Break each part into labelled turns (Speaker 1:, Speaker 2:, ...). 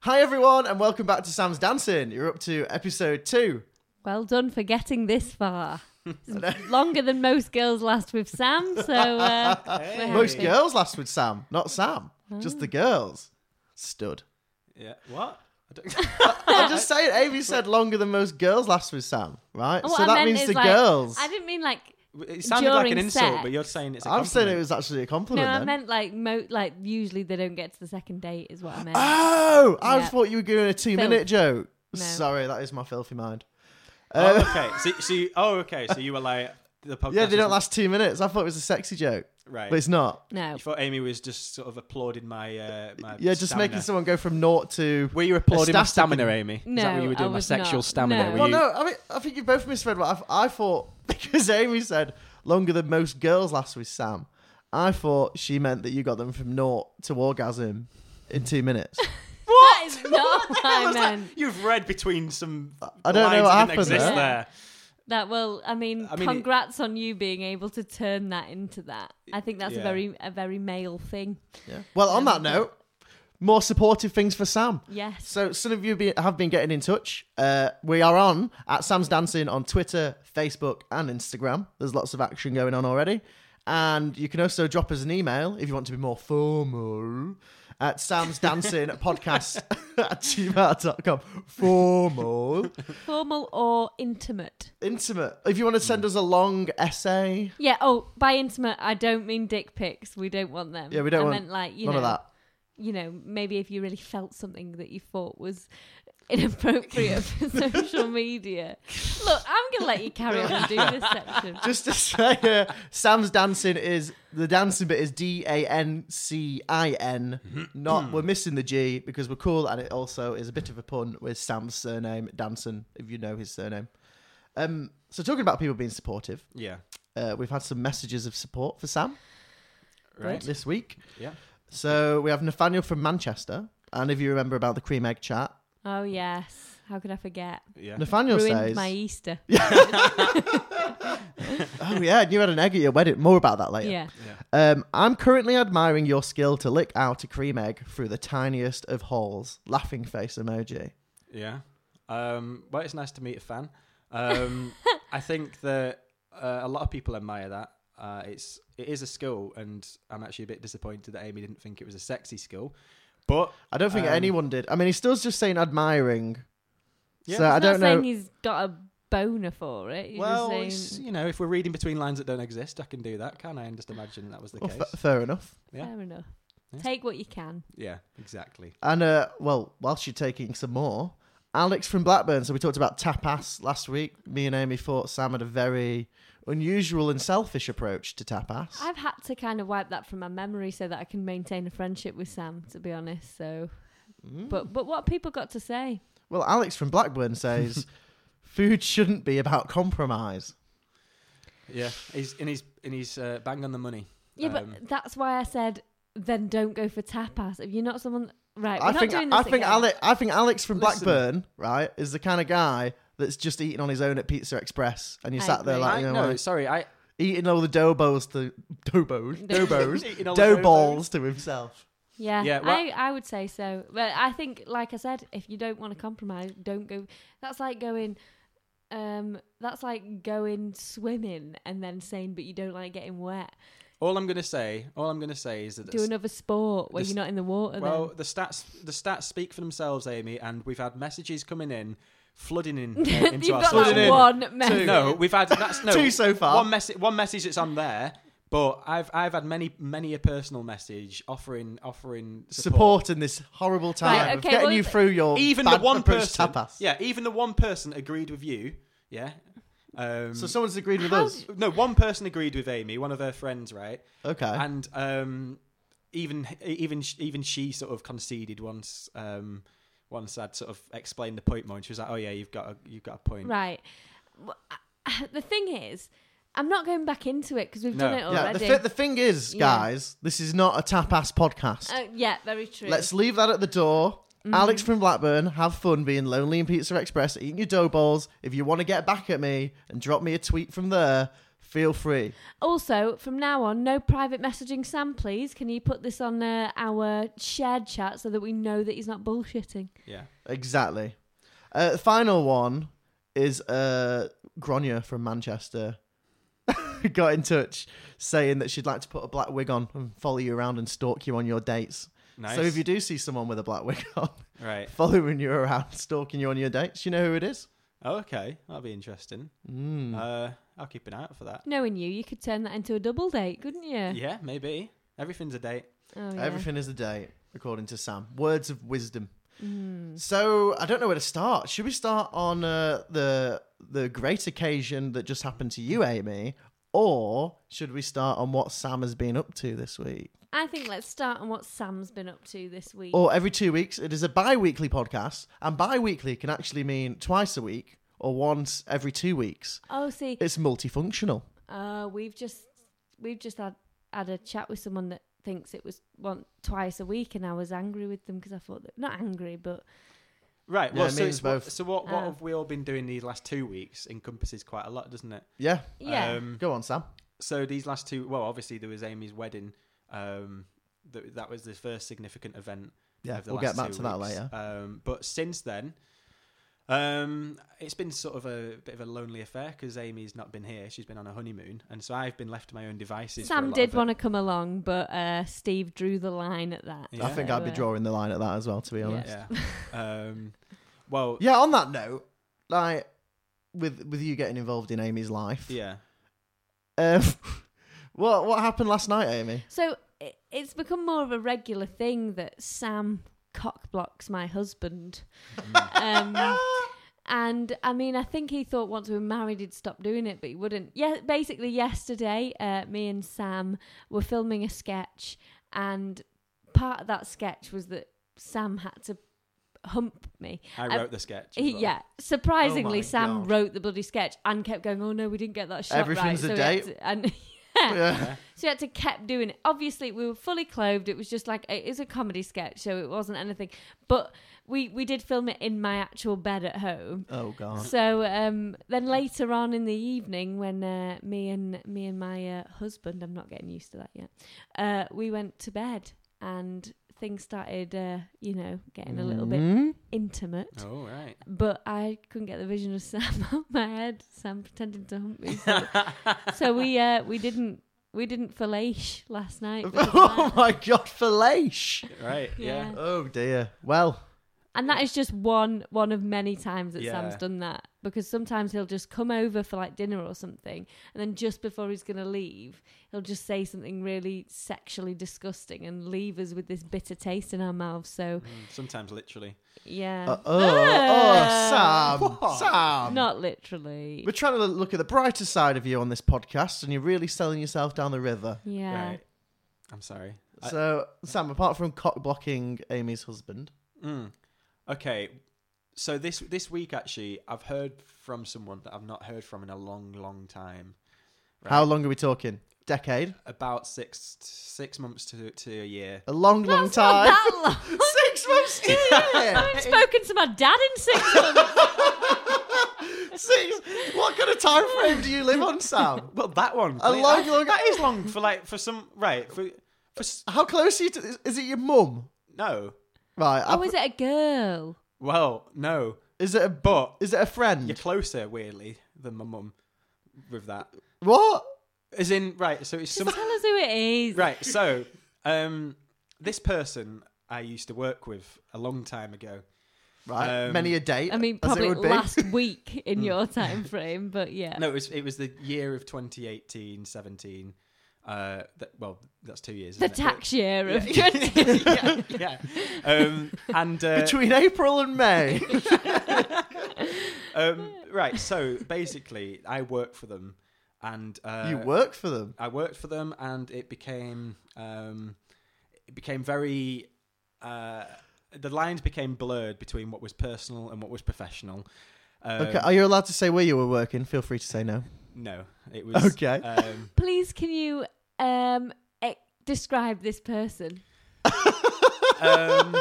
Speaker 1: Hi, everyone, and welcome back to Sam's Dancing. You're up to episode two.
Speaker 2: Well done for getting this far. It's longer than most girls last with Sam, so uh, we're
Speaker 1: Most
Speaker 2: happy.
Speaker 1: girls last with Sam, not Sam, just the girls. Stud.
Speaker 3: Yeah. What? I don't...
Speaker 1: I'm just saying, Amy said longer than most girls last with Sam, right?
Speaker 2: And what
Speaker 1: so
Speaker 2: I
Speaker 1: that
Speaker 2: meant
Speaker 1: means
Speaker 2: is,
Speaker 1: the
Speaker 2: like,
Speaker 1: girls.
Speaker 2: I didn't mean like.
Speaker 3: It sounded like an
Speaker 2: During
Speaker 3: insult,
Speaker 2: sex.
Speaker 3: but you're saying it's. A
Speaker 1: I'm saying it
Speaker 3: compliment.
Speaker 1: was actually a
Speaker 2: No,
Speaker 1: compliment.
Speaker 2: I
Speaker 1: then.
Speaker 2: meant like mo- like usually they don't get to the second date is what I meant.
Speaker 1: Oh, I
Speaker 2: Yeah.
Speaker 1: thought you were doing a two minute joke.
Speaker 2: No.
Speaker 1: Sorry, that is my filthy mind.
Speaker 3: Oh, okay. So, so you, oh, okay. So you were like the podcast.
Speaker 1: uh, Yeah, they don't
Speaker 3: is-
Speaker 1: last two minutes. I thought it was a sexy joke,
Speaker 3: Right.
Speaker 1: but it's not.
Speaker 2: no.
Speaker 3: You thought Amy was just sort of applauding my. Uh, my
Speaker 1: Yeah, just
Speaker 3: stamina.
Speaker 1: making someone go from naught to.
Speaker 3: Were you applauding my
Speaker 1: a staff-
Speaker 3: stamina, Amy? Is that
Speaker 2: No,
Speaker 3: what you were
Speaker 2: I
Speaker 3: doing? my
Speaker 2: was
Speaker 3: sexual
Speaker 2: not.
Speaker 3: stamina.
Speaker 2: No.
Speaker 3: Were
Speaker 1: Well,
Speaker 3: you...
Speaker 1: no, I mean, I think you both misread what I, I thought because Amy said longer than most girls last with Sam. I thought she meant that you got them from naught to orgasm in two minutes.
Speaker 2: That is not what
Speaker 3: What
Speaker 2: I
Speaker 3: was that?
Speaker 2: meant.
Speaker 3: You've read between some.
Speaker 1: I don't know
Speaker 3: lines
Speaker 1: what
Speaker 3: that
Speaker 1: happened
Speaker 3: didn't exist
Speaker 2: there.
Speaker 3: there.
Speaker 2: That well, I mean,
Speaker 3: I mean, it-
Speaker 2: congrats on you being able to turn that into that. I think that's a
Speaker 3: Yeah.
Speaker 2: very a very male thing.
Speaker 1: Yeah. Well, on that note, more supportive things for Sam.
Speaker 2: Yes.
Speaker 1: So some of you be, have been getting in touch. Uh, we are on at Sam's Dancing on Twitter, Facebook, and Instagram. There's lots of action going on already. And you can also drop us an email if you want to be more formal at Sam's Dancing podcast at gmail.com. Formal.
Speaker 2: Formal or intimate.
Speaker 1: Intimate. If you want to send us a long essay,
Speaker 2: Yeah. Oh, by intimate, I don't mean dick pics. We don't want them.
Speaker 1: Yeah, we don't
Speaker 2: I
Speaker 1: want
Speaker 2: meant like you
Speaker 1: none
Speaker 2: know,
Speaker 1: of that.
Speaker 2: you know, maybe if you really felt something that you thought was inappropriate for social media. Look, I'm gonna let you carry on and do this section.
Speaker 1: Just to say, uh, Sam's dancing is the dancing bit is D A N C I N. Not we're missing the G because we're cool, and it also is a bit of a pun with Sam's surname Danson, if you know his surname. Um, so talking about people being supportive,
Speaker 3: Yeah.
Speaker 1: uh, we've had some messages of support for Sam
Speaker 3: Right.
Speaker 1: this week.
Speaker 3: Yeah.
Speaker 1: So we have Nathaniel from Manchester, and if you remember about the cream egg chat,
Speaker 2: Oh yes. How could I forget?
Speaker 3: Yeah.
Speaker 1: Nathaniel
Speaker 2: Ruined
Speaker 1: says,
Speaker 2: my Easter.
Speaker 1: "Oh yeah, and you had an egg at your wedding. More about that later."
Speaker 2: Yeah.
Speaker 1: Um, I'm currently admiring your skill to lick out a cream egg through the tiniest of holes. Laughing face emoji.
Speaker 3: Yeah. Um, well, it's nice to meet a fan. Um, I think that uh, a lot of people admire that. Uh, it's it is a skill, and I'm actually a bit disappointed that Amy didn't think it was a sexy skill. But
Speaker 1: I don't think
Speaker 3: Um,
Speaker 1: anyone did. I mean, he's still just saying admiring.
Speaker 3: Yeah.
Speaker 1: so I
Speaker 2: He's
Speaker 1: don't
Speaker 2: not
Speaker 1: know.
Speaker 2: saying he's got a boner for it. He's
Speaker 3: well,
Speaker 2: just
Speaker 3: it's,
Speaker 2: saying,
Speaker 3: you know, if we're reading between lines that don't exist, I can do that, can I? And just imagine that was the
Speaker 1: Well,
Speaker 3: case.
Speaker 1: Oh, fa- fair enough.
Speaker 3: yeah.
Speaker 2: fair enough.
Speaker 3: Yeah.
Speaker 2: Take what you can.
Speaker 3: yeah, exactly.
Speaker 1: And uh, well, whilst you're taking some more, Alex from Blackburn. So we talked about tapas last week. Me and Amy thought Sam had a very unusual and selfish approach to tapas.
Speaker 2: I've had to kind of wipe that from my memory so that I can maintain a friendship with Sam, to be honest. So,
Speaker 3: Hmm.
Speaker 2: but but what people got to say?
Speaker 1: Well, Alex from Blackburn says food shouldn't be about compromise.
Speaker 3: Yeah, he's in his in his uh, bang on the money.
Speaker 2: Yeah,
Speaker 3: Um,
Speaker 2: but that's why I said then don't go for tapas if you're not someone. Right, we're
Speaker 1: I
Speaker 2: not
Speaker 1: think
Speaker 2: doing this
Speaker 1: I think
Speaker 2: again.
Speaker 1: Alex I think Alex from
Speaker 3: Listen.
Speaker 1: Blackburn, right, is the kind of guy that's just eating on his own at Pizza Express, and you
Speaker 2: I
Speaker 1: sat there
Speaker 2: agree.
Speaker 1: like
Speaker 3: I,
Speaker 1: you know,
Speaker 3: no,
Speaker 1: like,
Speaker 3: sorry, I
Speaker 1: eating all the dough bowls to dough bowls, dough bowls,
Speaker 3: Eating all the
Speaker 1: dough
Speaker 3: dough
Speaker 1: balls to himself.
Speaker 2: Yeah,
Speaker 3: Yeah,
Speaker 2: I,
Speaker 3: well-
Speaker 2: I would say so. But I think, like I said, if you don't want to compromise, don't go. That's like going. Um, that's like going swimming and then saying, but you don't like getting wet.
Speaker 3: all I'm gonna say, all I'm gonna say is that
Speaker 2: Do another sport where
Speaker 3: this-
Speaker 2: you're not in the water.
Speaker 3: Well,
Speaker 2: then.
Speaker 3: the stats the stats speak for themselves, Amy, and we've had messages coming in, flooding in uh, into
Speaker 2: you've
Speaker 3: our
Speaker 2: got
Speaker 3: social
Speaker 1: Flooding
Speaker 2: like
Speaker 1: in.
Speaker 3: media.
Speaker 2: one message.
Speaker 3: No, we've had that's no
Speaker 1: Two so far.
Speaker 3: One message, one message that's on there, but I've I've had many many a personal message offering offering support.
Speaker 1: Support in this horrible time
Speaker 2: Right,
Speaker 1: of
Speaker 2: okay,
Speaker 1: getting
Speaker 2: well,
Speaker 1: you
Speaker 2: th-
Speaker 1: through your
Speaker 3: Even
Speaker 1: bad
Speaker 3: the one
Speaker 1: approach
Speaker 3: person,
Speaker 1: to tapas.
Speaker 3: yeah, even the one person agreed with you, yeah. Um,
Speaker 1: So someone's agreed with
Speaker 2: How
Speaker 1: us.
Speaker 3: no, one person agreed with Amy, one of her friends, right?
Speaker 1: Okay.
Speaker 3: and um, even even sh- even she sort of conceded once. Um, once I'd sort of explained the point more, and she was like, "Oh yeah, you've got a, you've got a point."
Speaker 2: Right. Well, I- The thing is, I'm not going back into it because we've
Speaker 3: No.
Speaker 2: done it
Speaker 1: yeah. The,
Speaker 2: already.
Speaker 1: thi- the thing is,
Speaker 2: Yeah.
Speaker 1: guys, this is not a tapas podcast.
Speaker 2: Oh, yeah, very true.
Speaker 1: Let's leave that at the door. Alex from Blackburn, have fun being lonely in Pizza Express, eating your dough balls. If you want to get back at me and drop me a tweet from there, feel free.
Speaker 2: Also, from now on, no private messaging Sam, please. Can you put this on uh, our shared chat so that we know that he's not bullshitting?
Speaker 3: Yeah.
Speaker 1: Exactly. Uh, final one is uh, Gronya from Manchester got in touch saying that she'd like to put a black wig on and follow you around and stalk you on your dates.
Speaker 3: Nice.
Speaker 1: So if you do see someone with a black wig on,
Speaker 3: Right.
Speaker 1: following you around, stalking you on your dates, you know who it is?
Speaker 3: Oh, okay. That'll be interesting.
Speaker 1: Mm.
Speaker 3: Uh, I'll keep an eye out for that.
Speaker 2: Knowing you, you could turn that into a double date, couldn't you?
Speaker 3: Yeah, maybe. Everything's a date.
Speaker 2: Oh, yeah.
Speaker 1: Everything is a date, according to Sam. Words of wisdom.
Speaker 2: Mm.
Speaker 1: So I don't know where to start. Should we start on uh, the the great occasion that just happened to you, Amy, or should we start on what Sam has been up to this week?
Speaker 2: I think let's start on what Sam's been up to this week.
Speaker 3: Oh.
Speaker 1: Or every two weeks, it is a bi-weekly podcast, and bi-weekly can actually mean twice a week or once every two weeks.
Speaker 2: oh, see,
Speaker 1: It's multifunctional.
Speaker 2: uh, we've just we've just had had a chat with someone that thinks it was one twice a week, and I was angry with them because I thought that, not angry, but
Speaker 3: Right.
Speaker 1: Yeah,
Speaker 3: Well,
Speaker 1: it
Speaker 3: so,
Speaker 1: means
Speaker 3: it's
Speaker 1: both. Uh,
Speaker 3: What, so what, what
Speaker 2: Ah.
Speaker 3: have we all been doing these last two weeks encompasses quite a lot, doesn't it?
Speaker 1: Yeah,
Speaker 2: yeah,
Speaker 3: Um,
Speaker 1: go on, Sam.
Speaker 3: so these last two, well, obviously there was Amy's wedding. Um, that, that was the first significant event
Speaker 1: Yeah,
Speaker 3: of the
Speaker 1: we'll get
Speaker 3: last
Speaker 1: back
Speaker 3: two
Speaker 1: to that
Speaker 3: weeks.
Speaker 1: later.
Speaker 3: Um, but since then, um, it's been sort of a bit of a lonely affair because Amy's not been here; she's been on a honeymoon, and so I've been left to my own devices. for a
Speaker 2: Sam
Speaker 3: lot
Speaker 2: did
Speaker 3: of it.
Speaker 2: want to come along, but uh, Steve drew the line at that.
Speaker 1: I
Speaker 3: Yeah.
Speaker 1: think I'd be
Speaker 2: So, uh,
Speaker 1: drawing the line at that as well, to be
Speaker 2: Yeah.
Speaker 1: honest.
Speaker 3: Yeah. um, well,
Speaker 1: Yeah, on that note, like with with you getting involved in Amy's life,
Speaker 3: yeah.
Speaker 1: um, what what happened last night, Amy?
Speaker 2: So it, it's become more of a regular thing that Sam cock blocks my husband.
Speaker 3: Mm.
Speaker 2: um, and I mean, I think he thought once we were married he'd stop doing it, but he wouldn't. Yeah, basically, yesterday, uh, me and Sam were filming a sketch, and part of that sketch was that Sam had to hump me.
Speaker 3: I
Speaker 2: Um,
Speaker 3: wrote the sketch. as
Speaker 2: He,
Speaker 3: well.
Speaker 2: yeah,
Speaker 1: Oh
Speaker 2: surprisingly,
Speaker 1: my
Speaker 2: Sam
Speaker 1: God.
Speaker 2: wrote the bloody sketch and kept going. Oh no, we didn't get that shot right.
Speaker 1: Everything's a
Speaker 2: so we had
Speaker 1: date.
Speaker 2: to- and
Speaker 1: Yeah.
Speaker 3: Yeah.
Speaker 2: so we had to kept doing it. Obviously, we were fully clothed. It was just like it is a comedy sketch, so it wasn't anything. But we we did film it in my actual bed at home.
Speaker 1: Oh god.
Speaker 2: So um, then later on in the evening, when uh, me and me and my uh, husband, I'm not getting used to that yet, uh, we went to bed and things started, uh, you know, getting a little bit
Speaker 1: Mm.
Speaker 2: intimate.
Speaker 3: Oh right.
Speaker 2: But I couldn't get the vision of Sam out my head. Sam pretending to hump me, so, so we uh, we didn't we didn't fellate last night. which is why-
Speaker 1: oh my god, fellation.
Speaker 3: Right. Yeah.
Speaker 2: Yeah.
Speaker 1: Oh dear. Well,
Speaker 2: And that is just one one of many times that Sam's
Speaker 3: Yeah.
Speaker 2: done that because sometimes he'll just come over for like dinner or something, and then just before he's gonna leave, he'll just say something really sexually disgusting and leave us with this bitter taste in our mouths. So
Speaker 3: Mm, Sometimes literally.
Speaker 2: yeah,
Speaker 1: uh, oh, oh, Sam,
Speaker 3: What?
Speaker 1: Sam.
Speaker 2: uh, not literally.
Speaker 1: We're trying to look at the brighter side of you on this podcast, and you're really selling yourself down the river.
Speaker 2: Yeah,
Speaker 3: Right. I'm sorry. I-
Speaker 1: so, Sam, apart from cock blocking Amy's husband,
Speaker 3: Mm. Okay. So this this week actually, I've heard from someone that I've not heard from in a long, long time.
Speaker 1: how long are we talking? Decade?
Speaker 3: About six six months to to a year.
Speaker 1: A long, long
Speaker 2: That's
Speaker 1: time.
Speaker 2: not that long.
Speaker 1: Six months to
Speaker 2: I haven't spoken to my dad in six months.
Speaker 1: Six. What kind of time frame do you live on, Sam?
Speaker 3: Well, that one.
Speaker 1: A
Speaker 3: please.
Speaker 1: long,
Speaker 3: I-
Speaker 1: long-
Speaker 3: That is long for like for some right for for s-
Speaker 1: How close are you to? Is it your mum?
Speaker 3: no.
Speaker 1: Right. I-
Speaker 2: Oh, is it a girl?
Speaker 3: Well, no.
Speaker 1: is it a
Speaker 3: But
Speaker 1: Is it a
Speaker 3: you're
Speaker 1: friend?
Speaker 3: closer weirdly than my mum with that.
Speaker 1: What?
Speaker 3: As in right. So it's
Speaker 2: Just
Speaker 1: Um,
Speaker 3: some
Speaker 2: tell us who it is.
Speaker 3: right. So um, this person I used to work with a long time ago.
Speaker 1: Right.
Speaker 3: Um,
Speaker 1: Many a date.
Speaker 2: I mean,
Speaker 1: as it
Speaker 2: probably
Speaker 1: would be. Hmm.
Speaker 2: last week in your time frame, but yeah.
Speaker 3: No, it was it was the year of 2018, 17. Uh, that, well, that's two years.
Speaker 2: the
Speaker 3: isn't it?
Speaker 2: tax year of
Speaker 3: Yeah.
Speaker 2: 20.
Speaker 3: yeah, yeah. Um, and uh,
Speaker 1: Between April and May.
Speaker 3: um, right. So basically, I work for them, and uh,
Speaker 1: you work for them.
Speaker 3: I worked for them, and it became um, it became very. Uh, the lines became blurred between what was personal and what was professional. Um,
Speaker 1: Okay. Are you allowed to say where you were working? Feel free to say no.
Speaker 3: No, it was
Speaker 1: Okay.
Speaker 3: Um,
Speaker 2: Please, can you um, e- describe this person?
Speaker 3: um,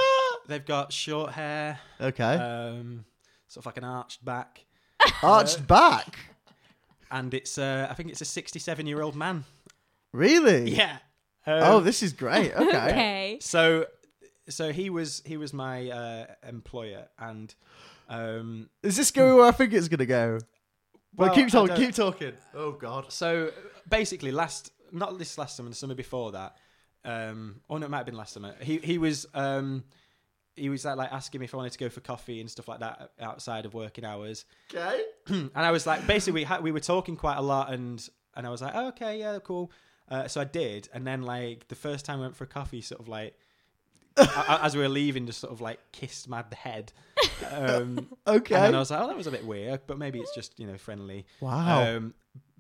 Speaker 3: they've got short hair.
Speaker 1: Okay.
Speaker 3: Uh, um, sort of like an arched back.
Speaker 1: Arched back.
Speaker 3: and it's uh, I think it's a 67 year old man.
Speaker 1: Really?
Speaker 3: Yeah. Um,
Speaker 1: Oh, this is great. Okay.
Speaker 2: okay.
Speaker 3: so so he was he was my uh, employer and um,
Speaker 1: Is this going where I think it's gonna go? Well,
Speaker 3: Well,
Speaker 1: keep
Speaker 3: I
Speaker 1: talking.
Speaker 3: don't-
Speaker 1: Keep talking. Oh God.
Speaker 3: so basically last not this last summer the summer before that um or no it might have been last summer he he was um he was like, like asking me if I wanted to go for coffee and stuff like that outside of working hours
Speaker 1: Okay.
Speaker 3: and I was like basically we had, we were talking quite a lot and and I was like oh, okay yeah cool uh, so I did and then like the first time I went for a coffee sort of like a- a- as we were leaving just sort of like kissed my head um
Speaker 1: Okay.
Speaker 3: And then I was like, oh, that was a bit weird, but maybe it's just you know friendly.
Speaker 1: Wow.
Speaker 3: Um,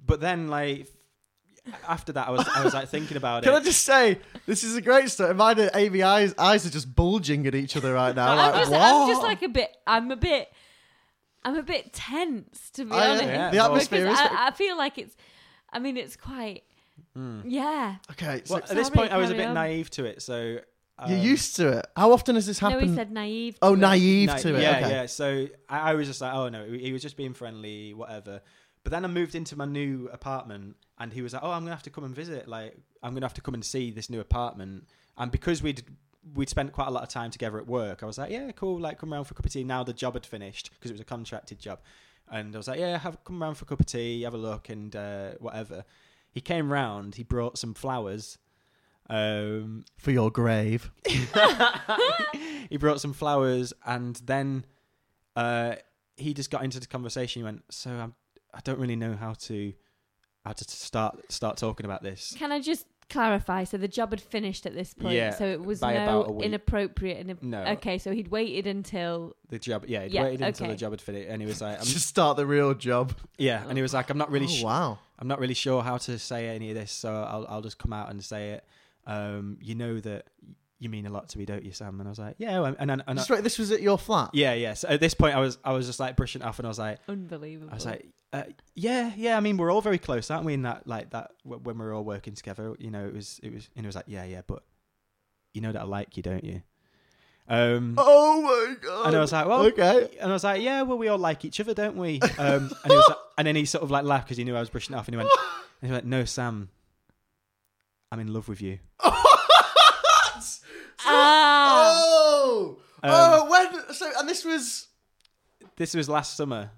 Speaker 3: but then like after that, I was I was like thinking about
Speaker 1: Can I
Speaker 3: it.
Speaker 1: just say this is a great story? My AVI's eyes are just bulging at each other right now.
Speaker 2: I'm
Speaker 1: like,
Speaker 2: just,
Speaker 1: what?
Speaker 2: I'm just like a bit. I'm a bit. I'm a bit tense to be
Speaker 1: I-
Speaker 2: honest.
Speaker 3: Yeah,
Speaker 1: the
Speaker 3: well-
Speaker 1: atmosphere
Speaker 2: because
Speaker 1: is.
Speaker 2: I, I feel like it's. I mean, it's quite. Yeah.
Speaker 1: okay. So
Speaker 3: Hmm. well, at this
Speaker 2: Sorry,
Speaker 3: point, I was a
Speaker 2: carry
Speaker 3: bit
Speaker 2: on.
Speaker 3: naive to it. So um,
Speaker 1: you're used to it. How often has this
Speaker 2: No, he
Speaker 1: happened?
Speaker 2: said naive.
Speaker 1: oh,
Speaker 2: to it.
Speaker 1: naive
Speaker 3: na-
Speaker 1: to it.
Speaker 3: Yeah,
Speaker 1: okay.
Speaker 3: yeah. So I, I was just like, oh no, he was just being friendly, whatever. But then I moved into my new apartment, and he was like, oh, I'm gonna have to come and visit. Like, I'm gonna have to come and see this new apartment. And because we'd we'd spent quite a lot of time together at work, I was like, yeah, cool. Like, come round for a cup of tea. Now the job had finished because it was a contracted job, and I was like, yeah, have come round for a cup of tea, have a look, and uh, whatever. He came round. He brought some flowers. Um,
Speaker 1: For your grave.
Speaker 3: he brought some flowers and then uh, he just got into the conversation. He went, "So I'm, I don't really know how to how to start start talking about this."
Speaker 2: Can I just clarify? So the job had finished at this point.
Speaker 3: Yeah,
Speaker 2: So it was
Speaker 3: by about a
Speaker 2: no
Speaker 3: week.
Speaker 2: inappropriate. And
Speaker 3: No.
Speaker 2: Okay, so he'd waited until.
Speaker 3: The job, yeah, he
Speaker 2: Yeah,
Speaker 3: waited until
Speaker 2: okay.
Speaker 3: the job had finished, and he was like, I'm,
Speaker 1: Just start the real job.
Speaker 3: "Yeah," and he was like, "I'm not really,
Speaker 1: oh,
Speaker 3: sh-
Speaker 1: wow.
Speaker 3: I'm not really sure how to say any of this, so I'll I'll just come out and say it." Um, you know that you mean a lot to me, don't you, Sam? And I was like, "Yeah," and and, and I,
Speaker 1: Just wait, this was at your flat.
Speaker 3: yeah, yeah. So at this point, I was I was just like brushing it off, and I was like.
Speaker 2: Unbelievable.
Speaker 3: I was like, uh, yeah, yeah. I mean, we're all very close, aren't we? In that, like that, w- when we were all working together, you know, it was, it was, and it was like, yeah, yeah, but you know that I like you, don't you? Um,
Speaker 1: Oh my god.
Speaker 3: and I was like, well,
Speaker 1: okay.
Speaker 3: And I was like, yeah, well, we all like each other, don't we? Um, and, he was like, and then he sort of like laughed because he knew I was brushing it off, and he went, and he went, no, Sam, I'm in love with you.
Speaker 2: ah,
Speaker 1: oh.
Speaker 3: Um,
Speaker 1: oh, when? So, and this was.
Speaker 3: This was last summer.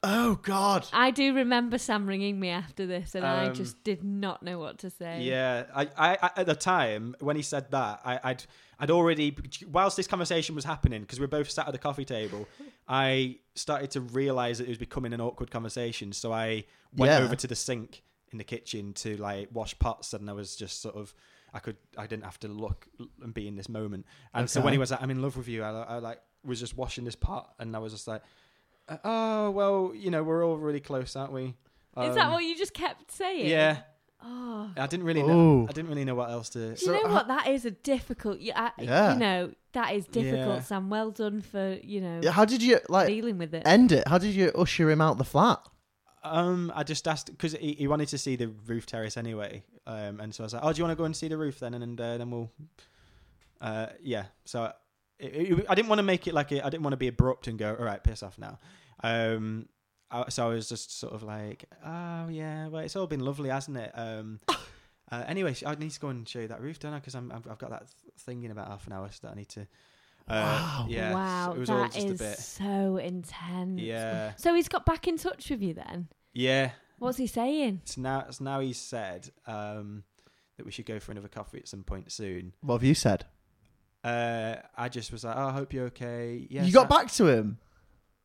Speaker 1: Oh god.
Speaker 2: I do remember Sam ringing me after this, and I
Speaker 3: Um,
Speaker 2: just did not know what to say.
Speaker 3: Yeah, I, I, I at the time when he said that, I, I'd, I'd already, whilst this conversation was happening, because we were both sat at the coffee table, I started to realise that it was becoming an awkward conversation. So I went
Speaker 1: Yeah.
Speaker 3: over to the sink in the kitchen to like wash pots, and I was just sort of, I could, I didn't have to look and be in this moment. And so when
Speaker 1: Okay.
Speaker 3: he was like, "I'm in love with you," I, I like was just washing this pot, and I was just like, "Oh well, you know, we're all really close, aren't we?"
Speaker 2: Is that
Speaker 3: Um,
Speaker 2: what you just kept saying?
Speaker 3: Yeah.
Speaker 2: Oh.
Speaker 3: I didn't really know.
Speaker 1: Ooh.
Speaker 3: I didn't really know what else to.
Speaker 2: Do you
Speaker 1: So,
Speaker 2: know
Speaker 1: uh,
Speaker 2: what? That is a difficult. Yeah, I,
Speaker 1: Yeah.
Speaker 2: You know that is difficult,
Speaker 3: Yeah.
Speaker 2: Sam. Well done for you know
Speaker 1: Yeah, How did you like
Speaker 2: dealing with it.
Speaker 1: end it? How did you usher him out the flat?
Speaker 3: Um, I just asked because he, he wanted to see the roof terrace anyway. Um, and so I was like, "Oh, do you want to go and see the roof then?" And, and uh, then we'll, uh, yeah. So it, it, I didn't want to make it like I I didn't want to be abrupt and go, "All right, piss off now." Um, I, so I was just sort of like, "Oh yeah, well, it's all been lovely, hasn't it?" Um. Uh, anyway, sh- I need to go and show you that roof, don't I? Because I'm I've, I've got that th- thing in about half an hour so that I need to. Uh,
Speaker 1: Wow.
Speaker 3: Yeah. so
Speaker 2: wow,
Speaker 3: it was all
Speaker 2: that
Speaker 3: just
Speaker 2: is
Speaker 3: a bit.
Speaker 2: so intense.
Speaker 3: Yeah.
Speaker 2: So he's got back in touch with you then.
Speaker 3: Yeah.
Speaker 2: What's he saying?
Speaker 3: So now, so now he's said um, that we should go for another coffee at some point soon.
Speaker 1: What have you said?
Speaker 3: Uh, I just was like, oh, I hope you're okay. Yeah,
Speaker 1: you
Speaker 3: so-
Speaker 1: got back to him.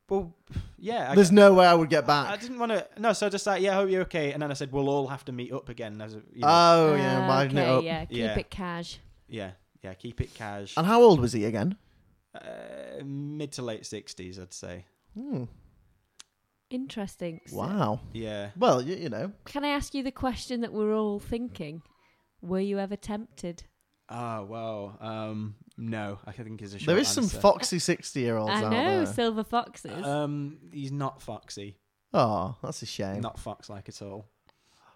Speaker 3: Well, yeah. I,
Speaker 1: There's no way I would get
Speaker 3: I
Speaker 1: back.
Speaker 3: didn't want to. No, so I just like, yeah, I hope you're okay. And then I said, we'll all have to meet up again. As a, you know,
Speaker 1: oh yeah,
Speaker 2: Ah,
Speaker 1: winding
Speaker 2: okay,
Speaker 1: it up.
Speaker 2: yeah. Keep
Speaker 3: Yeah.
Speaker 2: it cash.
Speaker 3: yeah, yeah. Keep it cash.
Speaker 1: And how old was he again?
Speaker 3: Uh, mid to late sixties, I'd say.
Speaker 1: Hmm.
Speaker 2: Interesting. So-
Speaker 1: Wow.
Speaker 3: Yeah.
Speaker 1: Well, you, you know.
Speaker 2: Can I ask you the question that we're all thinking? Were you ever tempted?
Speaker 3: Oh wow. Um, no, I think is a short
Speaker 1: There is some
Speaker 3: answer.
Speaker 1: foxy 60 year olds
Speaker 2: I
Speaker 1: out
Speaker 2: know
Speaker 1: there.
Speaker 2: silver foxes.
Speaker 3: Um, he's not foxy.
Speaker 1: Oh, that's a shame.
Speaker 3: Not fox like at all.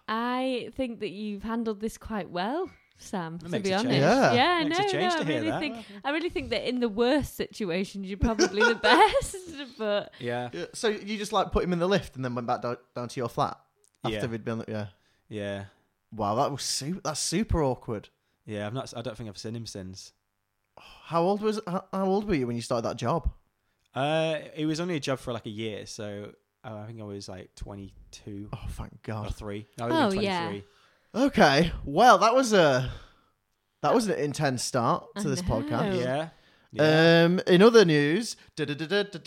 Speaker 2: I think that you've handled this quite well, Sam.
Speaker 3: That
Speaker 2: To
Speaker 3: makes
Speaker 2: be
Speaker 3: a change.
Speaker 2: honest,
Speaker 1: Yeah.
Speaker 2: yeah,
Speaker 3: Makes
Speaker 2: no,
Speaker 3: a change
Speaker 2: no, I
Speaker 3: to hear
Speaker 2: really
Speaker 3: that.
Speaker 2: think I really think that in the worst situations, you're probably the best. But
Speaker 3: Yeah.
Speaker 1: Uh, Yeah, So you just like put him in the lift and then went back down, down to your flat? after
Speaker 3: Yeah.
Speaker 1: we'd been. Yeah.
Speaker 3: Yeah,
Speaker 1: Wow, that was super. That's super awkward.
Speaker 3: yeah. I've not. I don't think I've seen him since.
Speaker 1: How old was how, how old were you when you started that job?
Speaker 3: Uh, it was only a job for like a year, so uh, I think I was like 22
Speaker 1: Oh, thank
Speaker 3: or
Speaker 1: God.
Speaker 3: three. I would have been
Speaker 2: Oh, yeah.
Speaker 3: 23.
Speaker 1: Okay, well, that was a that was an intense start
Speaker 2: I
Speaker 1: to this
Speaker 2: know.
Speaker 1: podcast.
Speaker 2: Oh.
Speaker 3: Yeah. Yeah.
Speaker 1: Um, in other news, da da da da da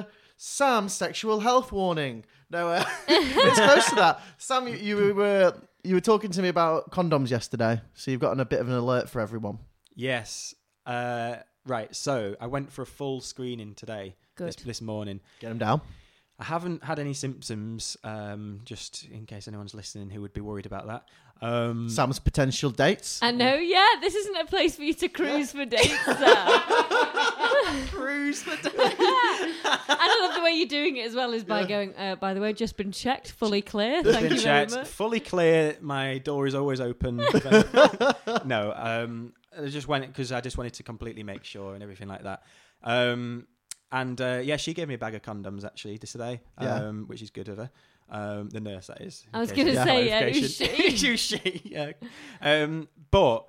Speaker 1: da. Sam, sexual health warning. No, uh, it's close to that. Sam, you, you were you were talking to me about condoms yesterday, so you've gotten a bit of an alert for everyone.
Speaker 3: yes. Uh, right. So I went for a full screening today. This,
Speaker 2: Good.
Speaker 3: this morning.
Speaker 1: Get them down.
Speaker 3: I haven't had any symptoms. Um, just in case anyone's listening who would be worried about that. Um,
Speaker 1: Sam's potential dates.
Speaker 2: I know, yeah. This isn't a place for you to cruise for dates, Sam.
Speaker 1: Cruise for dates.
Speaker 2: I love the way you're doing it as well, is by going, uh, by the way, just been checked, fully clear. Thank
Speaker 3: been
Speaker 2: you very
Speaker 3: checked,
Speaker 2: much.
Speaker 3: fully clear. My door is always open. no, um, I just went because I just wanted to completely make sure and everything like that. Um, and uh, yeah, she gave me a bag of condoms actually just today,
Speaker 1: Yeah.
Speaker 3: um, which is good of her. Um, the nurse, that is.
Speaker 2: I
Speaker 3: in
Speaker 2: was
Speaker 3: case
Speaker 2: gonna
Speaker 3: there's
Speaker 2: say, yeah,
Speaker 3: clarification.
Speaker 2: who's she?
Speaker 3: Who's she? Yeah. Um, but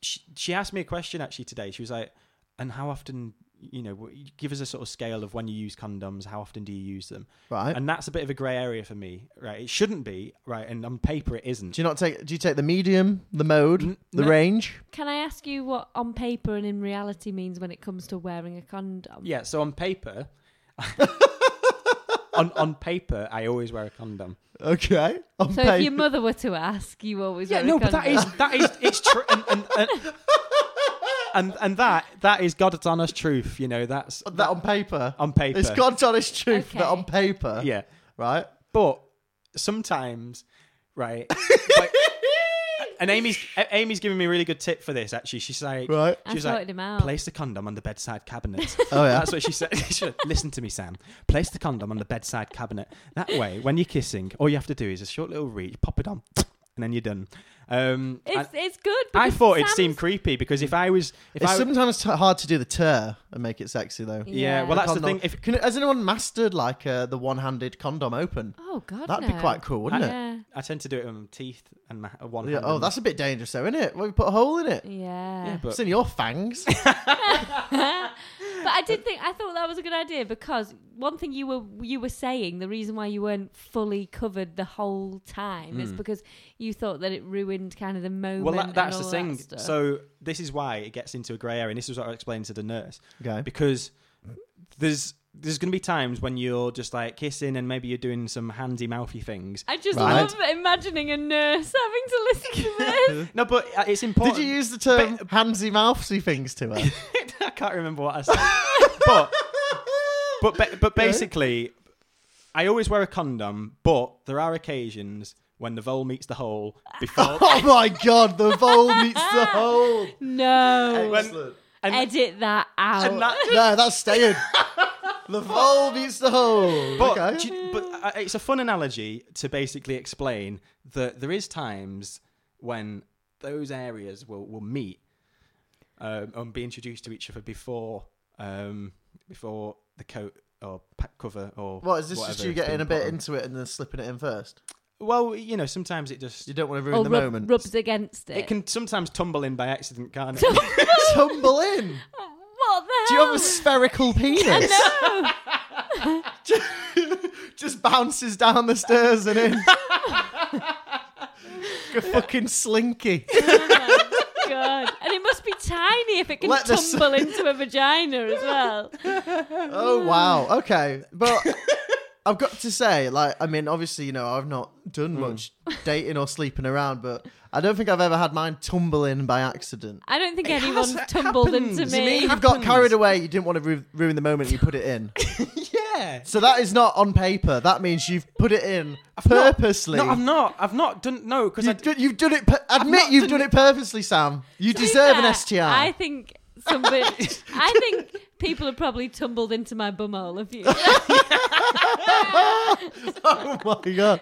Speaker 3: she, she asked me a question actually today. She was like, "And how often?" You know, w- give us a sort of scale of when you use condoms. How often do you use them?
Speaker 1: Right.
Speaker 3: and that's a bit of a grey area for me, right? It shouldn't be, right? And on paper, it isn't.
Speaker 1: do you not take? Do you take the medium, the mode,
Speaker 3: N-
Speaker 1: the
Speaker 3: no.
Speaker 1: range?
Speaker 2: Can I ask you what on paper and in reality means when it comes to wearing a condom?
Speaker 3: Yeah. So on paper, on on paper, I always wear a condom.
Speaker 1: Okay. On
Speaker 2: So if
Speaker 1: paper.
Speaker 2: your mother were to ask, you always
Speaker 3: Yeah,
Speaker 2: wear
Speaker 3: no,
Speaker 2: a
Speaker 3: but
Speaker 2: condom.
Speaker 3: that is that is it's true, and and, and, and and that that is God's honest truth. You know, that's
Speaker 1: that on paper.
Speaker 3: on paper.
Speaker 1: It's God's honest truth that
Speaker 2: Okay.
Speaker 1: on paper.
Speaker 3: Yeah,
Speaker 1: Right.
Speaker 3: but sometimes, right? like- and Amy's A- Amy's giving me a really good tip for this. Actually, she's like,
Speaker 1: Right.
Speaker 2: I
Speaker 3: she's
Speaker 2: sorted
Speaker 3: like,
Speaker 2: him out.
Speaker 3: place the condom on the bedside cabinet.
Speaker 1: Oh yeah.
Speaker 3: That's what she said. She said, Listen to me, Sam. Place the condom on the bedside cabinet. That way, when you're kissing, all you have to do is a short little reach, pop it on, and then you're done. Um,
Speaker 2: It's,
Speaker 3: and
Speaker 2: it's good.
Speaker 3: I
Speaker 2: because
Speaker 3: thought it'd
Speaker 2: Sam's-
Speaker 3: seem creepy because if I was, if
Speaker 1: it's
Speaker 3: I,
Speaker 1: sometimes t- hard to do the tear and make it sexy though.
Speaker 3: yeah, well, that's the thing.
Speaker 1: Condom.
Speaker 3: If
Speaker 1: Can, has anyone mastered like uh, the one-handed condom open?
Speaker 2: Oh God,
Speaker 1: That'd be
Speaker 2: no.
Speaker 1: quite cool, wouldn't it?
Speaker 2: Yeah,
Speaker 3: I tend to do it with my teeth and my uh, one.
Speaker 1: Yeah.
Speaker 3: hand
Speaker 1: Oh,
Speaker 3: and-
Speaker 1: that's a bit dangerous though, isn't it? Well, you put a hole in it.
Speaker 2: yeah.
Speaker 3: yeah,
Speaker 1: It's
Speaker 3: but
Speaker 1: in your fangs.
Speaker 2: but I did think I thought that was a good idea because one thing you were you were saying the reason why you weren't fully covered the whole time is because you thought that it ruined kind of the moment.
Speaker 3: Hmm. well, that,
Speaker 2: and
Speaker 3: that's the
Speaker 2: all
Speaker 3: thing.
Speaker 2: that stuff.
Speaker 3: so this is why it gets into a grey area, and this is what I explained to the nurse.
Speaker 1: okay.
Speaker 3: because there's there's gonna be times when you're just like kissing and maybe you're doing some handsy mouthy things.
Speaker 2: I just
Speaker 1: Right.
Speaker 2: love imagining a nurse having to listen to this.
Speaker 3: No, but uh, it's important.
Speaker 1: Did you use the term handsy mouthsy things to her?
Speaker 3: I can't remember what I said. but but ba- but basically, I always wear a condom. But there are occasions when the vole meets the hole before.
Speaker 1: oh my god, the vole meets the hole.
Speaker 2: No,
Speaker 1: Excellent.
Speaker 3: and-
Speaker 2: edit that out.
Speaker 3: and that-
Speaker 1: No, that's staying. The vole meets the hole.
Speaker 3: but
Speaker 1: okay.
Speaker 3: do you- but uh, it's a fun analogy to basically explain that there is times when those areas will will meet um, and be introduced to each other before um, before the coat or pack cover or
Speaker 1: what is this?
Speaker 3: whatever
Speaker 1: Just you
Speaker 3: is being
Speaker 1: getting a
Speaker 3: put
Speaker 1: bit
Speaker 3: on.
Speaker 1: into it and then slipping it in first.
Speaker 3: Well, you know, sometimes it just
Speaker 1: You don't want to
Speaker 3: Oh,
Speaker 1: ruin
Speaker 2: or
Speaker 1: the
Speaker 2: rub-
Speaker 1: moment.
Speaker 2: rubs against it.
Speaker 3: it can sometimes tumble in by accident, can't
Speaker 2: what
Speaker 3: it?
Speaker 2: the
Speaker 1: Tumble in.
Speaker 2: Oh, hell?
Speaker 1: Do you have a spherical penis?
Speaker 2: no.
Speaker 1: Just bounces down the stairs and in. Like a fucking slinky.
Speaker 2: Oh my God. And it must be tiny if it can
Speaker 1: Let the s-
Speaker 2: tumble into a vagina as well.
Speaker 1: Oh wow. Okay, but I've got to say, like, I mean, obviously, you know, I've not done much dating or sleeping around, but I don't think I've ever had mine tumble in by accident.
Speaker 2: I don't think
Speaker 3: It has-
Speaker 2: anyone's
Speaker 3: it
Speaker 2: tumbled into
Speaker 3: happens.
Speaker 2: me.
Speaker 3: You mean-
Speaker 1: You've got
Speaker 3: happens.
Speaker 1: carried away. You didn't want to ru- ruin the moment. You put it in.
Speaker 3: yeah.
Speaker 1: So that is not on paper. That means you've put it in
Speaker 3: not-
Speaker 1: purposely.
Speaker 3: No, I've not. I've not done. No, because I.
Speaker 1: You've, do- you've done it. Pur- admit
Speaker 3: not
Speaker 1: you've
Speaker 3: done
Speaker 1: done it purposely, Sam. You deserve an
Speaker 2: Yeah,
Speaker 1: STI.
Speaker 2: I think somebody. I think people have probably tumbled into my bumhole a few.
Speaker 1: oh my god.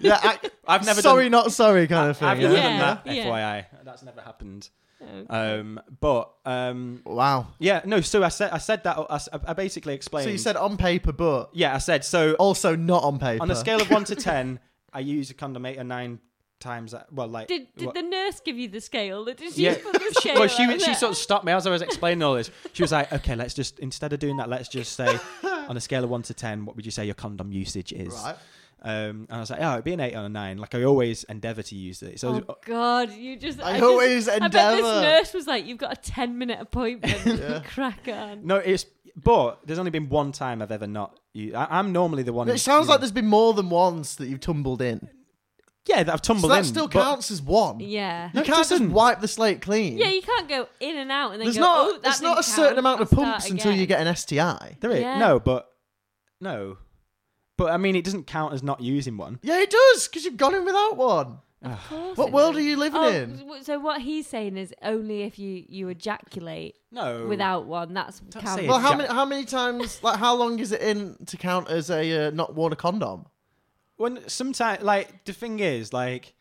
Speaker 1: Yeah. I,
Speaker 3: I've never
Speaker 1: sorry,
Speaker 3: done.
Speaker 1: not sorry, kind of thing.
Speaker 3: I've
Speaker 1: yeah.
Speaker 3: never
Speaker 2: Yeah,
Speaker 3: done that.
Speaker 2: yeah.
Speaker 3: FYI, that's never happened.
Speaker 2: Okay.
Speaker 3: Um, but um,
Speaker 1: Wow.
Speaker 3: yeah, no. So I said, I said that. I, s- I basically explained.
Speaker 1: So you said on paper, but
Speaker 3: yeah, I said so.
Speaker 1: also not on paper.
Speaker 3: On a scale of one to ten, I use a condomator nine times. That, well, like
Speaker 2: Did did
Speaker 3: what-
Speaker 2: the nurse give you the scale? Did she
Speaker 3: yeah.
Speaker 2: put the
Speaker 3: She-
Speaker 2: scale?
Speaker 3: well, she
Speaker 2: out
Speaker 3: she
Speaker 2: there?
Speaker 3: sort of stopped me as I was explaining all this. She was like, "Okay, let's just instead of doing that, let's just say on a scale of one to ten, what would you say your condom usage is?"
Speaker 1: Right.
Speaker 3: Um, and I was like, "Oh, it'd be an eight on a nine. Like I always endeavour to use it. So
Speaker 2: Oh God! You just
Speaker 1: uh, I
Speaker 2: just-
Speaker 1: always
Speaker 2: I bet this
Speaker 1: endeavour.
Speaker 2: nurse was like, "You've got a ten minute appointment.
Speaker 1: Yeah.
Speaker 2: Crack on."
Speaker 3: no, it's but there's only been one time I've ever not. u- I, am normally the one.
Speaker 1: It
Speaker 3: who-
Speaker 1: sounds
Speaker 3: you
Speaker 1: like
Speaker 3: know-
Speaker 1: there's been more than once that you've tumbled in.
Speaker 3: yeah that I've
Speaker 1: So
Speaker 3: tumbled
Speaker 1: that
Speaker 3: in.
Speaker 1: still
Speaker 3: but-
Speaker 1: counts as one.
Speaker 2: Yeah.
Speaker 1: You
Speaker 3: it
Speaker 1: can't just
Speaker 3: doesn't.
Speaker 1: wipe the slate clean.
Speaker 2: Yeah, you can't go in and out and then
Speaker 1: there's
Speaker 2: go.
Speaker 1: not
Speaker 2: oh, that
Speaker 1: there's not a
Speaker 2: didn't
Speaker 1: certain
Speaker 2: count.
Speaker 1: amount of
Speaker 2: I'll
Speaker 1: pumps
Speaker 2: start
Speaker 1: until you
Speaker 2: again."
Speaker 1: get an STI.
Speaker 3: There is
Speaker 2: Yeah.
Speaker 3: no, but no, but I mean, it doesn't count as not using one.
Speaker 1: Yeah, it does because you've gone in without one.
Speaker 2: Of course
Speaker 1: What
Speaker 2: it
Speaker 1: world
Speaker 2: does.
Speaker 1: are you living
Speaker 2: Oh,
Speaker 1: in?
Speaker 2: w- So what he's saying is only if you you ejaculate
Speaker 3: No,
Speaker 2: without one. That's
Speaker 3: Don't
Speaker 2: count.
Speaker 3: say
Speaker 1: Oh. Well, how
Speaker 3: Yeah.
Speaker 1: many how many times like how long is it in to count as a uh, not worn a condom?
Speaker 3: when sometimes like the thing is like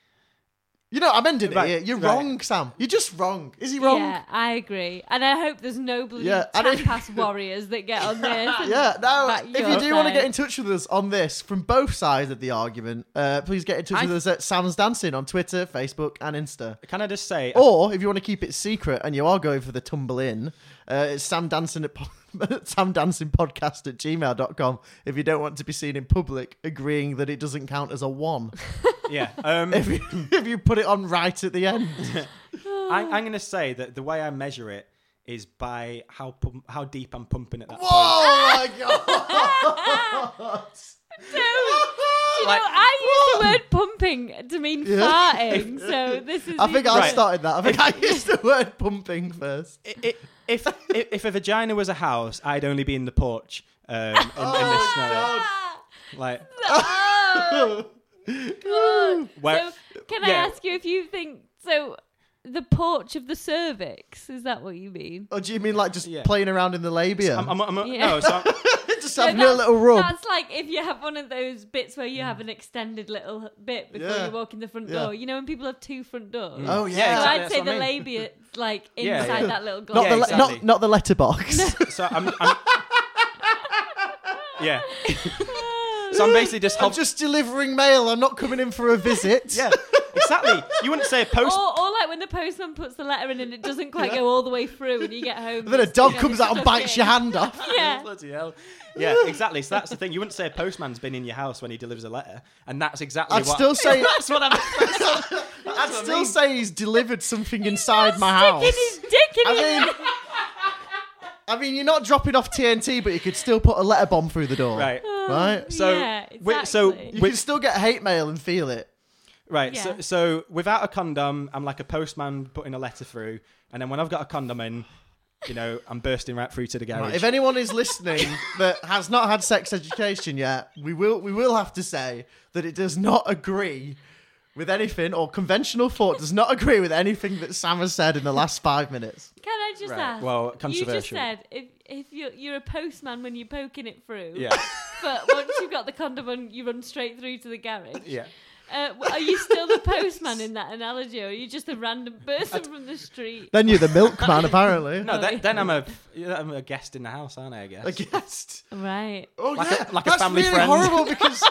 Speaker 1: You know, I'm ending
Speaker 3: Right,
Speaker 1: it here. You're
Speaker 3: right.
Speaker 1: wrong, Sam. You're just wrong. Is he wrong?
Speaker 2: Yeah, I agree, and I hope there's no bloody
Speaker 1: Yeah, and if-
Speaker 2: tapas warriors that get on this. and
Speaker 1: Yeah, no.
Speaker 2: back
Speaker 1: If you
Speaker 2: your
Speaker 1: do want to
Speaker 2: side.
Speaker 1: get in touch with us on this from both sides of the argument, uh, please get in touch
Speaker 3: I-
Speaker 1: with us at Sam's Dancing on Twitter, Facebook, and Insta.
Speaker 3: can I just say
Speaker 1: Or if you want to keep it secret and you are going for the tumble in, uh, it's Sam Dancing at po- Sam Dancing Podcast at gmail.com if you don't want to be seen in public agreeing that it doesn't count as a one.
Speaker 3: yeah um
Speaker 1: if, you, if you put it on right at the end.
Speaker 3: I, I'm going to say that the way I measure it is by how pump, how deep I'm pumping at that point.
Speaker 1: Whoa, my God.
Speaker 2: Do you
Speaker 3: Like-
Speaker 2: know, I use the word pumping to mean
Speaker 1: Yeah.
Speaker 2: farting, so this is.
Speaker 1: I think I
Speaker 3: Right.
Speaker 1: started that. I think I used the word pumping first.
Speaker 3: I- I- if, if if a vagina was a house, I'd only be in the porch um, in, in
Speaker 1: Oh,
Speaker 3: the snow. Like
Speaker 2: Oh, God. So,
Speaker 3: Where-
Speaker 2: can I
Speaker 3: yeah.
Speaker 2: ask you if you think so? The porch of the cervix is that what you mean?
Speaker 1: Or Oh, do you mean like just
Speaker 3: Yeah.
Speaker 1: playing around in the labia?
Speaker 3: I'm, I'm, I'm,
Speaker 2: Yeah.
Speaker 3: no, so I'm,
Speaker 1: just
Speaker 2: So
Speaker 1: having a
Speaker 2: that's-
Speaker 1: little rub.
Speaker 2: That's like if you have one of those bits where you have an extended little bit before
Speaker 1: Yeah.
Speaker 2: you walk in the front
Speaker 1: Yeah.
Speaker 2: door. You know when people have two front doors.
Speaker 1: Oh, yeah.
Speaker 2: So
Speaker 3: exactly,
Speaker 2: I'd
Speaker 3: that's
Speaker 2: say
Speaker 3: what
Speaker 2: the
Speaker 3: I mean.
Speaker 2: labia, like
Speaker 3: Yeah,
Speaker 2: inside
Speaker 3: yeah.
Speaker 2: that little glass.
Speaker 1: Not, the
Speaker 3: Yeah,
Speaker 1: le-
Speaker 3: exactly.
Speaker 1: not, not the letterbox.
Speaker 3: So I'm, I'm yeah. So I'm basically just
Speaker 1: I'm
Speaker 3: help-
Speaker 1: just delivering mail. I'm not coming in for a visit.
Speaker 3: yeah, exactly. You wouldn't say a post.
Speaker 2: Or, or like when the postman puts the letter in and it doesn't quite go all the way through, and you get home.
Speaker 1: And then a
Speaker 2: it's
Speaker 1: dog
Speaker 2: stuck
Speaker 1: comes out and
Speaker 2: in.
Speaker 1: bites your hand off.
Speaker 2: Yeah.
Speaker 3: Bloody hell. Yeah, exactly. So that's the thing. You wouldn't say a postman's been in your house when he delivers a letter, and that's exactly
Speaker 1: I'd
Speaker 3: what.
Speaker 1: still say-
Speaker 3: that's what I'm.
Speaker 1: I'd
Speaker 3: what I
Speaker 1: still
Speaker 3: mean.
Speaker 1: say he's delivered something
Speaker 2: He's
Speaker 1: inside my
Speaker 2: sticking
Speaker 1: house.
Speaker 2: his dick in
Speaker 1: I
Speaker 2: his-
Speaker 1: mean, I mean, you're not dropping off TNT, but you could still put a letter bomb through the door,
Speaker 3: Right.
Speaker 1: Right.
Speaker 3: So,
Speaker 2: yeah,
Speaker 3: wi- so
Speaker 2: exactly.
Speaker 1: You
Speaker 3: Which-
Speaker 1: can still get hate mail and feel it.
Speaker 3: Right.
Speaker 2: Yeah.
Speaker 3: So, so without a condom, I'm like a postman putting a letter through, and then when I've got a condom in, you know, I'm bursting right through to the garage.
Speaker 1: Right, If anyone is listening that has not had sex education yet, we will we will have to say that it does not agree with anything, or conventional thought does not agree with anything that Sam has said in the last five minutes.
Speaker 2: Can I just
Speaker 3: Right,
Speaker 2: ask?
Speaker 3: well,
Speaker 2: You just
Speaker 3: controversial.
Speaker 2: said if if you're you're a postman when you're poking it through.
Speaker 3: yeah.
Speaker 2: But once you've got the condom on, you run straight through to the garage.
Speaker 3: Yeah.
Speaker 2: Uh, w- are you still the postman in that analogy, or are you just a random person from the street?
Speaker 1: Then you're the milkman, apparently.
Speaker 3: No, then, then I'm a I'm a guest in the house, aren't I? I guess.
Speaker 1: A guest.
Speaker 2: Right.
Speaker 1: Oh
Speaker 3: Like a-
Speaker 1: yeah,
Speaker 3: like a
Speaker 1: that's
Speaker 3: family
Speaker 1: really
Speaker 3: friend.
Speaker 1: horrible because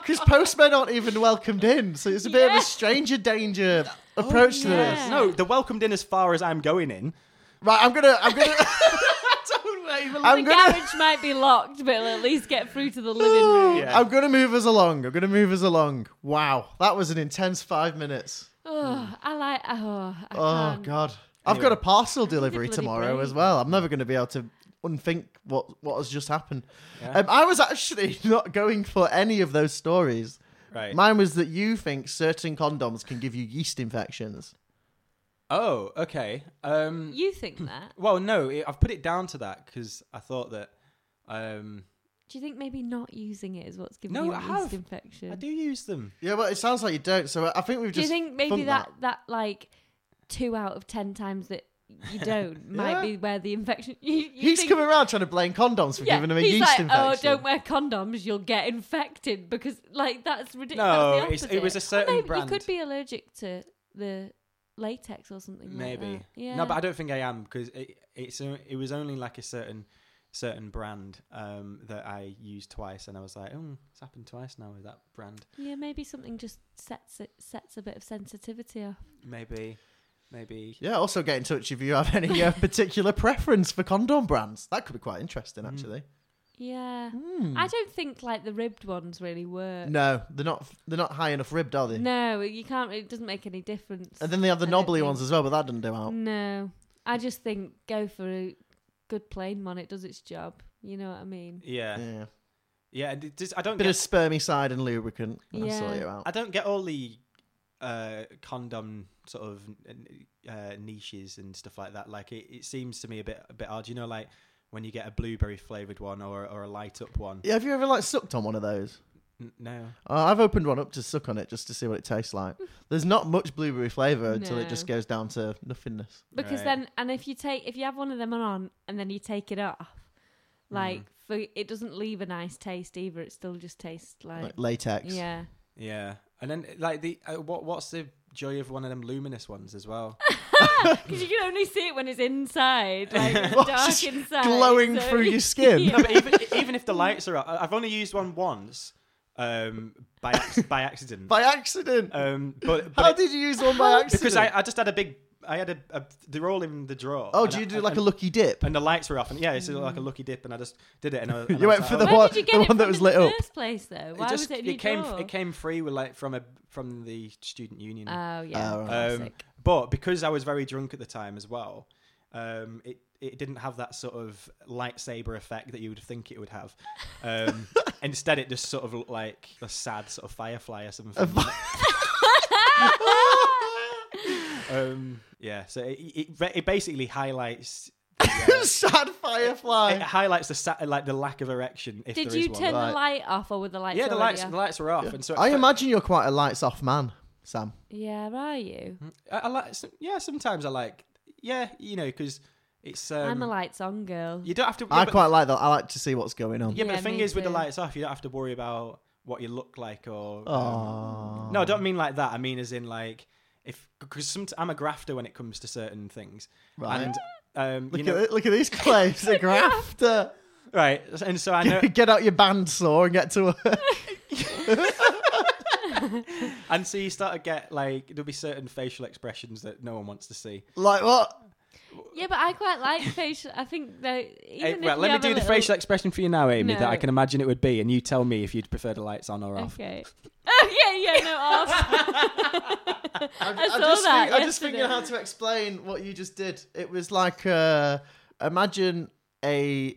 Speaker 1: because postmen aren't even welcomed in, so it's a bit of
Speaker 2: Yeah. Oh,
Speaker 1: a stranger danger approach to
Speaker 2: yeah.
Speaker 1: this.
Speaker 3: No, the welcomed in as far as I'm going in.
Speaker 1: Right, I'm gonna, I'm gonna, I'm
Speaker 2: the
Speaker 1: gonna,
Speaker 2: garage might be locked, but it'll at least get through to the living room.
Speaker 3: Yeah.
Speaker 1: I'm gonna move us along. I'm gonna move us along. Wow, that was an intense five minutes.
Speaker 2: Oh, I like. Oh, I
Speaker 1: Oh
Speaker 2: can't.
Speaker 1: God, I've got a parcel delivery
Speaker 2: bloody
Speaker 1: tomorrow
Speaker 2: break.
Speaker 1: as well. I'm never going to be able to unthink what what has just happened. Um, I was actually not going for any of those stories.
Speaker 3: Right.
Speaker 1: Mine was that you think certain condoms can give you yeast infections.
Speaker 3: oh, okay. Um.
Speaker 2: You think that?
Speaker 3: Well, no, it, I've put it down to that because I thought that. Um,
Speaker 2: Do you think maybe not using it is what's giving
Speaker 3: No,
Speaker 2: you
Speaker 3: I
Speaker 2: a
Speaker 3: have.
Speaker 2: yeast infection?
Speaker 3: I do use them.
Speaker 1: Yeah, well, it sounds like you don't. So I think we've
Speaker 2: Do you
Speaker 1: just.
Speaker 2: think maybe
Speaker 1: funked
Speaker 2: that, that like two out of ten times that you don't might
Speaker 1: Yeah.
Speaker 2: be where the infection? You, you
Speaker 1: He's
Speaker 2: think,
Speaker 1: coming around trying to blame condoms for
Speaker 2: Yeah,
Speaker 1: giving him a
Speaker 2: he's
Speaker 1: yeast
Speaker 2: like,
Speaker 1: infection.
Speaker 2: oh, don't wear condoms, you'll get infected because like that's ridiculous.
Speaker 3: No,
Speaker 2: that's the
Speaker 3: it's- it was a
Speaker 2: opposite.
Speaker 3: certain
Speaker 2: Or maybe
Speaker 3: brand.
Speaker 2: You could be allergic to the latex or something. like
Speaker 3: Maybe.
Speaker 2: that. yeah.
Speaker 3: No, but I don't think I am because it, it's o- it was only like a certain certain brand um, that I used twice, and I was like, "Oh, it's happened twice now with that brand.
Speaker 2: Yeah, maybe something just sets it sets a bit of sensitivity off.
Speaker 3: Maybe, maybe."
Speaker 1: Yeah, also get in touch if you have any uh, particular preference for condom brands. That could be quite interesting,
Speaker 3: Mm.
Speaker 1: actually.
Speaker 2: Yeah.
Speaker 1: Hmm.
Speaker 2: I don't think like the ribbed ones really work.
Speaker 1: No, they're not. They're not high enough ribbed, are they?
Speaker 2: No, you can't. It doesn't make any difference.
Speaker 1: And then they have the
Speaker 2: I don't
Speaker 1: knobbly
Speaker 2: think-
Speaker 1: ones as well, but that doesn't do out.
Speaker 2: No, I just think go for a good plain one. It does its job. You know what I mean?
Speaker 3: Yeah, yeah.
Speaker 1: Yeah,
Speaker 3: and it just, I don't
Speaker 1: bit
Speaker 3: get,
Speaker 1: of spermicide and lubricant. That'll
Speaker 2: Yeah.
Speaker 1: sort you out.
Speaker 3: I don't get all the uh, condom sort of uh, niches and stuff like that. Like it, it seems to me a bit a bit odd. You know, like when you get a blueberry flavored one or or a light up one.
Speaker 1: Yeah, have you ever like sucked on one of those?
Speaker 3: N- no,
Speaker 1: Uh, I've opened one up to suck on it just to see what it tastes like.
Speaker 3: Hmm.
Speaker 1: There's not much blueberry flavour until it
Speaker 2: No.
Speaker 1: just goes down to nothingness.
Speaker 2: Because
Speaker 3: Right.
Speaker 2: then, and if you take if you have one of them on and then you take it off, like
Speaker 3: Mm.
Speaker 2: for it doesn't leave a nice taste either. It still just tastes like,
Speaker 1: Like latex.
Speaker 2: yeah.
Speaker 3: yeah, and then like the uh, what what's the joy of one of them luminous ones as well?
Speaker 2: Because you can only see it when it's inside, like it's
Speaker 1: What's
Speaker 2: dark
Speaker 1: just
Speaker 2: inside,
Speaker 1: glowing
Speaker 2: so-
Speaker 1: through your skin.
Speaker 3: no, but even even if the lights are out, I- I've only used one once um, by ac- by accident.
Speaker 1: By accident.
Speaker 3: um, but, but
Speaker 1: How
Speaker 3: it-
Speaker 1: did you use one by accident?
Speaker 3: because I, I just had a big I had a, a they're all in the drawer.
Speaker 1: oh,
Speaker 3: and
Speaker 1: do
Speaker 3: I-
Speaker 1: you do
Speaker 3: and-
Speaker 1: like a lucky dip?
Speaker 3: And the lights were off, and yeah, it's like a lucky dip, and I just did it. And I, and I
Speaker 1: Mm. You
Speaker 3: was
Speaker 1: went
Speaker 3: like,
Speaker 1: for
Speaker 3: oh,
Speaker 1: the
Speaker 2: Where
Speaker 1: one-
Speaker 2: did you
Speaker 1: the
Speaker 2: get it
Speaker 1: one that
Speaker 2: from
Speaker 1: was
Speaker 2: in
Speaker 1: lit
Speaker 2: the
Speaker 1: up.
Speaker 2: First place though. Why
Speaker 3: just-
Speaker 2: was it in your
Speaker 3: came
Speaker 2: drawer?
Speaker 3: it came free with like from a from the student union.
Speaker 2: Oh yeah,
Speaker 1: Oh, right.
Speaker 3: um,
Speaker 2: classic.
Speaker 3: but because I was very drunk at the time as well, um, it it didn't have that sort of lightsaber effect that you would think it would have. Um, instead, it just sort of looked like a sad sort of firefly or something. um, yeah, so it, it it basically highlights. The, uh,
Speaker 1: Sad
Speaker 3: It
Speaker 1: firefly.
Speaker 3: highlights the sa- like the lack of erection. If
Speaker 2: Did
Speaker 3: there is
Speaker 2: you
Speaker 3: one.
Speaker 2: turn
Speaker 1: Right.
Speaker 2: the light off, or were the lights?
Speaker 3: yeah, the
Speaker 2: already
Speaker 3: lights,
Speaker 2: off?
Speaker 3: the lights were off, and so it
Speaker 1: I
Speaker 3: felt-
Speaker 1: imagine you're quite a lights off man, Sam.
Speaker 2: Yeah, where are you?
Speaker 3: I, I like, some- yeah, sometimes I like, yeah, you know, because it's um,
Speaker 2: I'm a lights on girl.
Speaker 3: you don't have to. yeah,
Speaker 1: I
Speaker 3: but-
Speaker 1: quite like that. I like to see what's going on.
Speaker 3: yeah, but
Speaker 2: Yeah,
Speaker 3: the thing
Speaker 2: me
Speaker 3: is, with the
Speaker 2: too.
Speaker 3: lights off, you don't have to worry about what you look like or. um,
Speaker 1: Oh.
Speaker 3: No, I don't mean like that. I mean as in like if because I'm a grafter when it comes to certain things,
Speaker 1: Right.
Speaker 3: and um,
Speaker 1: Look
Speaker 3: you know,
Speaker 1: at look at these claims. A grafter.
Speaker 3: right, and so I know,
Speaker 1: get out your bandsaw and get to work.
Speaker 3: and so you start to get like there'll be certain facial expressions that no one wants to see.
Speaker 1: like what?
Speaker 2: Yeah, but I quite like facial. I think though, even
Speaker 3: Hey,
Speaker 2: if
Speaker 3: right,
Speaker 2: you
Speaker 3: let me
Speaker 2: have
Speaker 3: do
Speaker 2: a
Speaker 3: the
Speaker 2: little-
Speaker 3: facial expression for you now, Amy, that I
Speaker 2: No.
Speaker 3: can imagine it would be, and you tell me if you'd prefer the lights on or off.
Speaker 2: Okay. Okay. Yeah. No. Off.
Speaker 1: I'm,
Speaker 2: I
Speaker 1: I'm
Speaker 2: saw
Speaker 1: just
Speaker 2: that
Speaker 1: think- I'm just
Speaker 2: yesterday.
Speaker 1: thinking how to explain what you just did. It was like uh, imagine a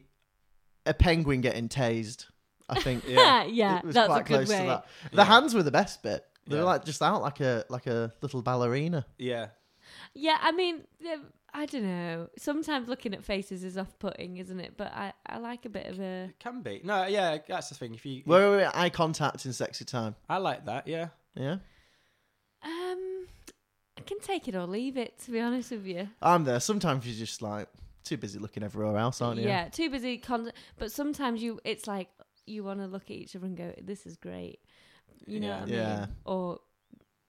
Speaker 1: a penguin getting tased. I think
Speaker 3: Yeah.
Speaker 2: yeah.
Speaker 1: it was
Speaker 2: That's
Speaker 1: quite
Speaker 2: a good
Speaker 1: close to
Speaker 2: way.
Speaker 1: that. The
Speaker 3: Yeah.
Speaker 1: hands were the best bit. They
Speaker 3: Yeah.
Speaker 1: were like just out like a like a little ballerina.
Speaker 3: Yeah.
Speaker 2: Yeah. I mean, yeah, I don't know. Sometimes looking at faces is off-putting, isn't it? But I, I like a bit of a.
Speaker 3: Can be. No, yeah, that's the thing. If you,
Speaker 1: Where were we at eye contact in sexy time?
Speaker 3: I like that. Yeah.
Speaker 1: Yeah,
Speaker 2: Um, I can take it or leave it. To be honest with you.
Speaker 1: I'm there. Sometimes you're just like too busy looking everywhere else, aren't you?
Speaker 2: Yeah, too busy. Con- but sometimes you, it's like you want to look at each other and go, "This is great," you know
Speaker 3: Yeah.
Speaker 2: what I mean?
Speaker 1: Yeah.
Speaker 2: Or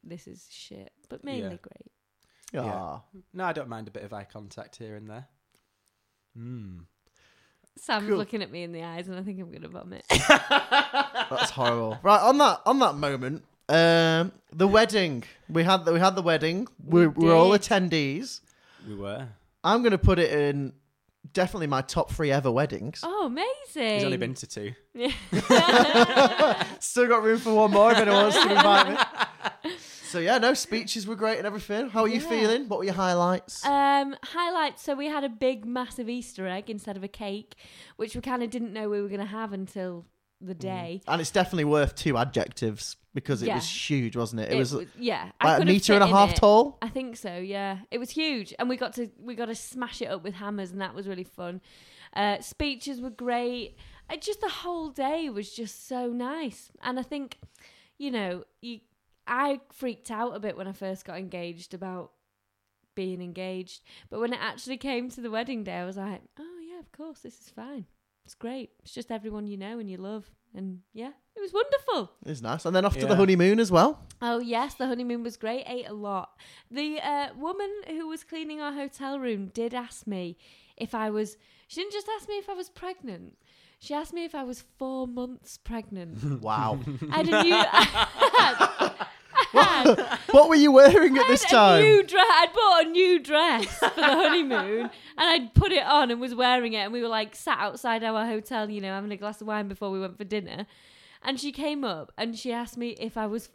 Speaker 2: this is shit, but mainly
Speaker 3: Yeah.
Speaker 2: great.
Speaker 1: Aw.
Speaker 3: Yeah. No, I don't mind a bit of eye contact here and there. Hmm.
Speaker 2: Sam's
Speaker 1: Cool.
Speaker 2: looking at me in the eyes, and I think I'm gonna vomit.
Speaker 1: That's horrible. Right on that on that moment, um, the wedding we had the, we had the wedding. We,
Speaker 2: We
Speaker 1: we are all
Speaker 2: did.
Speaker 1: attendees.
Speaker 3: We were.
Speaker 1: I'm gonna put it in definitely my top three ever weddings.
Speaker 2: oh, amazing!
Speaker 3: He's only been to two.
Speaker 1: Still got room for one more if anyone wants to invite me. So yeah, no speeches were great and everything. How are you
Speaker 2: Yeah.
Speaker 1: feeling? What were your highlights?
Speaker 2: Um, highlights. So we had a big, massive Easter egg instead of a cake, which we kind of didn't know we were gonna have until the
Speaker 1: Mm.
Speaker 2: day.
Speaker 1: and it's definitely worth two adjectives because it
Speaker 2: Yeah.
Speaker 1: was huge, wasn't it? It,
Speaker 2: It
Speaker 1: was
Speaker 2: w- yeah, I
Speaker 1: like a
Speaker 2: could've
Speaker 1: meter
Speaker 2: fit
Speaker 1: and a
Speaker 2: in
Speaker 1: half
Speaker 2: it.
Speaker 1: tall.
Speaker 2: I think so. Yeah, it was huge, and we got to we got to smash it up with hammers, and that was really fun. Uh, speeches were great. It just the whole day was just so nice, and I think, you know, you I freaked out a bit when I first got engaged about being engaged, but when it actually came to the wedding day, I was like, oh yeah, of course, this is fine. It's great. It's just everyone you know and you love, and yeah, it was was wonderful.
Speaker 1: It's nice. And then off to
Speaker 3: Yeah.
Speaker 1: the honeymoon as well.
Speaker 2: Oh yes, the honeymoon was great. Ate a lot. The uh, woman who was cleaning our hotel room did ask me if I was. She didn't just ask me if I was pregnant. She asked me if I was four months pregnant.
Speaker 1: Wow.
Speaker 2: I had a new. I had,
Speaker 1: what were you wearing at
Speaker 2: I
Speaker 1: this
Speaker 2: had
Speaker 1: time?
Speaker 2: A new dress. I'd bought a new dress for the honeymoon, and I'd put it on and was wearing it. And we were like sat outside our hotel, you know, having a glass of wine before we went for dinner. And she came up and she asked me if I was,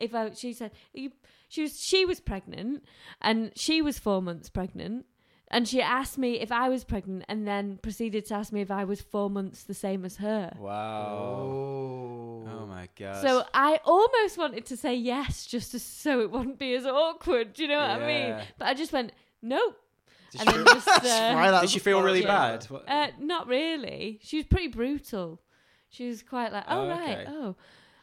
Speaker 2: if I. She said, Are you, she was she was pregnant, and she was four months pregnant. And she asked me if I was pregnant, and then proceeded to ask me if I was four months the same as her.
Speaker 3: Wow.
Speaker 1: Oh.
Speaker 3: Oh my god.
Speaker 2: So I almost wanted to say yes, just to, so it wouldn't be as awkward. Do you know what I
Speaker 3: Yeah.
Speaker 2: mean? But I just went nope,
Speaker 3: Did
Speaker 2: and then
Speaker 3: you-
Speaker 2: just
Speaker 1: Why
Speaker 2: uh,
Speaker 1: that
Speaker 3: Did she feel really bad? What-
Speaker 2: uh, not really. She was pretty brutal. She was quite like, oh,
Speaker 3: Oh,
Speaker 2: right,
Speaker 3: okay.
Speaker 2: oh.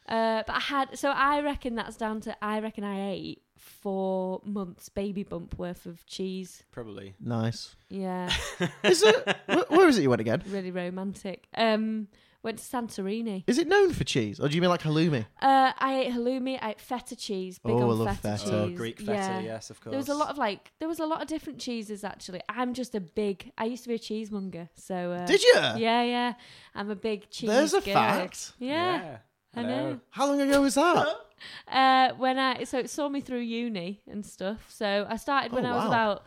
Speaker 2: Uh, but I had so I reckon that's down to I reckon I ate four months baby bump worth of cheese.
Speaker 3: Probably.
Speaker 1: Nice.
Speaker 2: Yeah,
Speaker 1: Is it? where, where is it you went again?
Speaker 2: really romantic. Um, went to Santorini.
Speaker 1: Is it known for cheese, or do you mean like halloumi?
Speaker 2: Uh, I ate halloumi. I ate feta cheese. Big
Speaker 1: Oh, I
Speaker 2: on
Speaker 1: love
Speaker 2: feta,
Speaker 1: feta.
Speaker 3: Oh,
Speaker 2: cheese.
Speaker 3: Greek feta,
Speaker 2: Yeah.
Speaker 3: yes, of course.
Speaker 2: There was a lot of like, there was a lot of different cheeses actually. I'm just a big. I used to be a cheesemonger, so. Uh,
Speaker 1: Did you?
Speaker 2: Yeah, yeah. I'm a big cheese.
Speaker 1: There's a
Speaker 2: girl.
Speaker 1: fact.
Speaker 2: Yeah. I know.
Speaker 1: How long ago was that?
Speaker 2: Uh, when I so it saw me through uni and stuff. So I started when
Speaker 1: Oh,
Speaker 2: I was
Speaker 1: wow.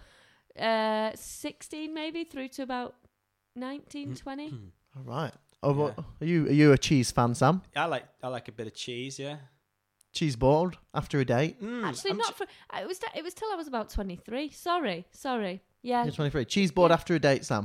Speaker 2: about uh, 16 maybe through to about 19, 20.
Speaker 3: Hmm.
Speaker 1: All right. Oh, what, are you are you a cheese fan, Sam?
Speaker 3: I like I like a bit of cheese, yeah.
Speaker 1: Cheese bored after a date?
Speaker 3: Mm,
Speaker 2: Actually,
Speaker 3: I'm
Speaker 2: not for. It was it was till I was about 23. Sorry, sorry. Yeah,
Speaker 1: You're 23. Cheese bored
Speaker 2: Yeah.
Speaker 1: after a date, Sam.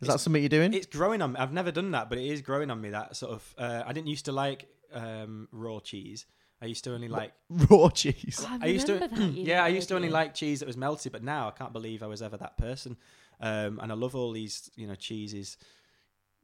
Speaker 1: Is that
Speaker 3: It's-
Speaker 1: something you're doing?
Speaker 3: It's growing on me. I've never done that, but it is growing on me. That sort of. Uh, I didn't used to like um, raw cheese. I used to only like.
Speaker 1: Raw cheese.
Speaker 2: Oh, I,
Speaker 3: I used to.
Speaker 2: remember that, you
Speaker 3: yeah, I used to
Speaker 2: know,
Speaker 3: only
Speaker 2: yeah.
Speaker 3: like cheese that was melted, but now I can't believe I was ever that person. Um, and I love all these, you know, cheeses.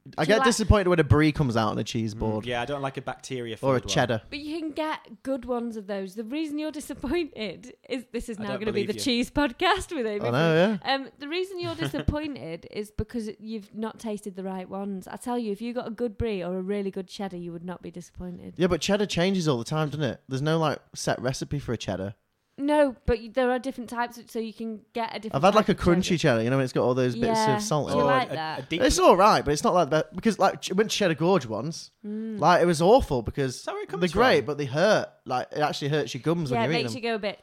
Speaker 1: I
Speaker 2: Do Mm, you
Speaker 1: get
Speaker 2: like-
Speaker 1: disappointed when a brie comes out on a cheese board
Speaker 3: Mm, Yeah, I don't like a bacteria.
Speaker 1: or a
Speaker 3: filled one.
Speaker 1: cheddar.
Speaker 2: But you can get good ones of those. The reason you're disappointed is this is
Speaker 3: I
Speaker 2: now
Speaker 3: don't
Speaker 2: going to be
Speaker 3: believe
Speaker 2: the
Speaker 3: you.
Speaker 2: cheese podcast with Amy.
Speaker 1: I know, yeah.
Speaker 2: Um, the reason you're disappointed is because you've not tasted the right ones. I tell you, if you got a good brie or a really good cheddar, you would not be disappointed.
Speaker 1: Yeah, but cheddar changes all the time, doesn't it? There's no like set recipe for a cheddar.
Speaker 2: No, but y- there are different types, so you can get a different.
Speaker 1: I've had like a
Speaker 2: type of
Speaker 1: crunchy cheddar, you know, when it's got all those bits
Speaker 2: Yeah.
Speaker 1: of salt in
Speaker 2: Do
Speaker 1: it.
Speaker 2: you
Speaker 3: Or
Speaker 2: like
Speaker 3: a-
Speaker 2: that?
Speaker 3: a deep-
Speaker 1: It's all right, but it's not like that because like ch- went to Cheddar Gorge once,
Speaker 2: Mm.
Speaker 1: like it was awful because
Speaker 3: Is that where it
Speaker 1: they're
Speaker 3: comes
Speaker 1: great,
Speaker 3: from?
Speaker 1: but they hurt. Like it actually hurts your gums
Speaker 2: Yeah,
Speaker 1: when
Speaker 2: it
Speaker 1: you're
Speaker 2: makes
Speaker 1: eating
Speaker 2: you go a bit.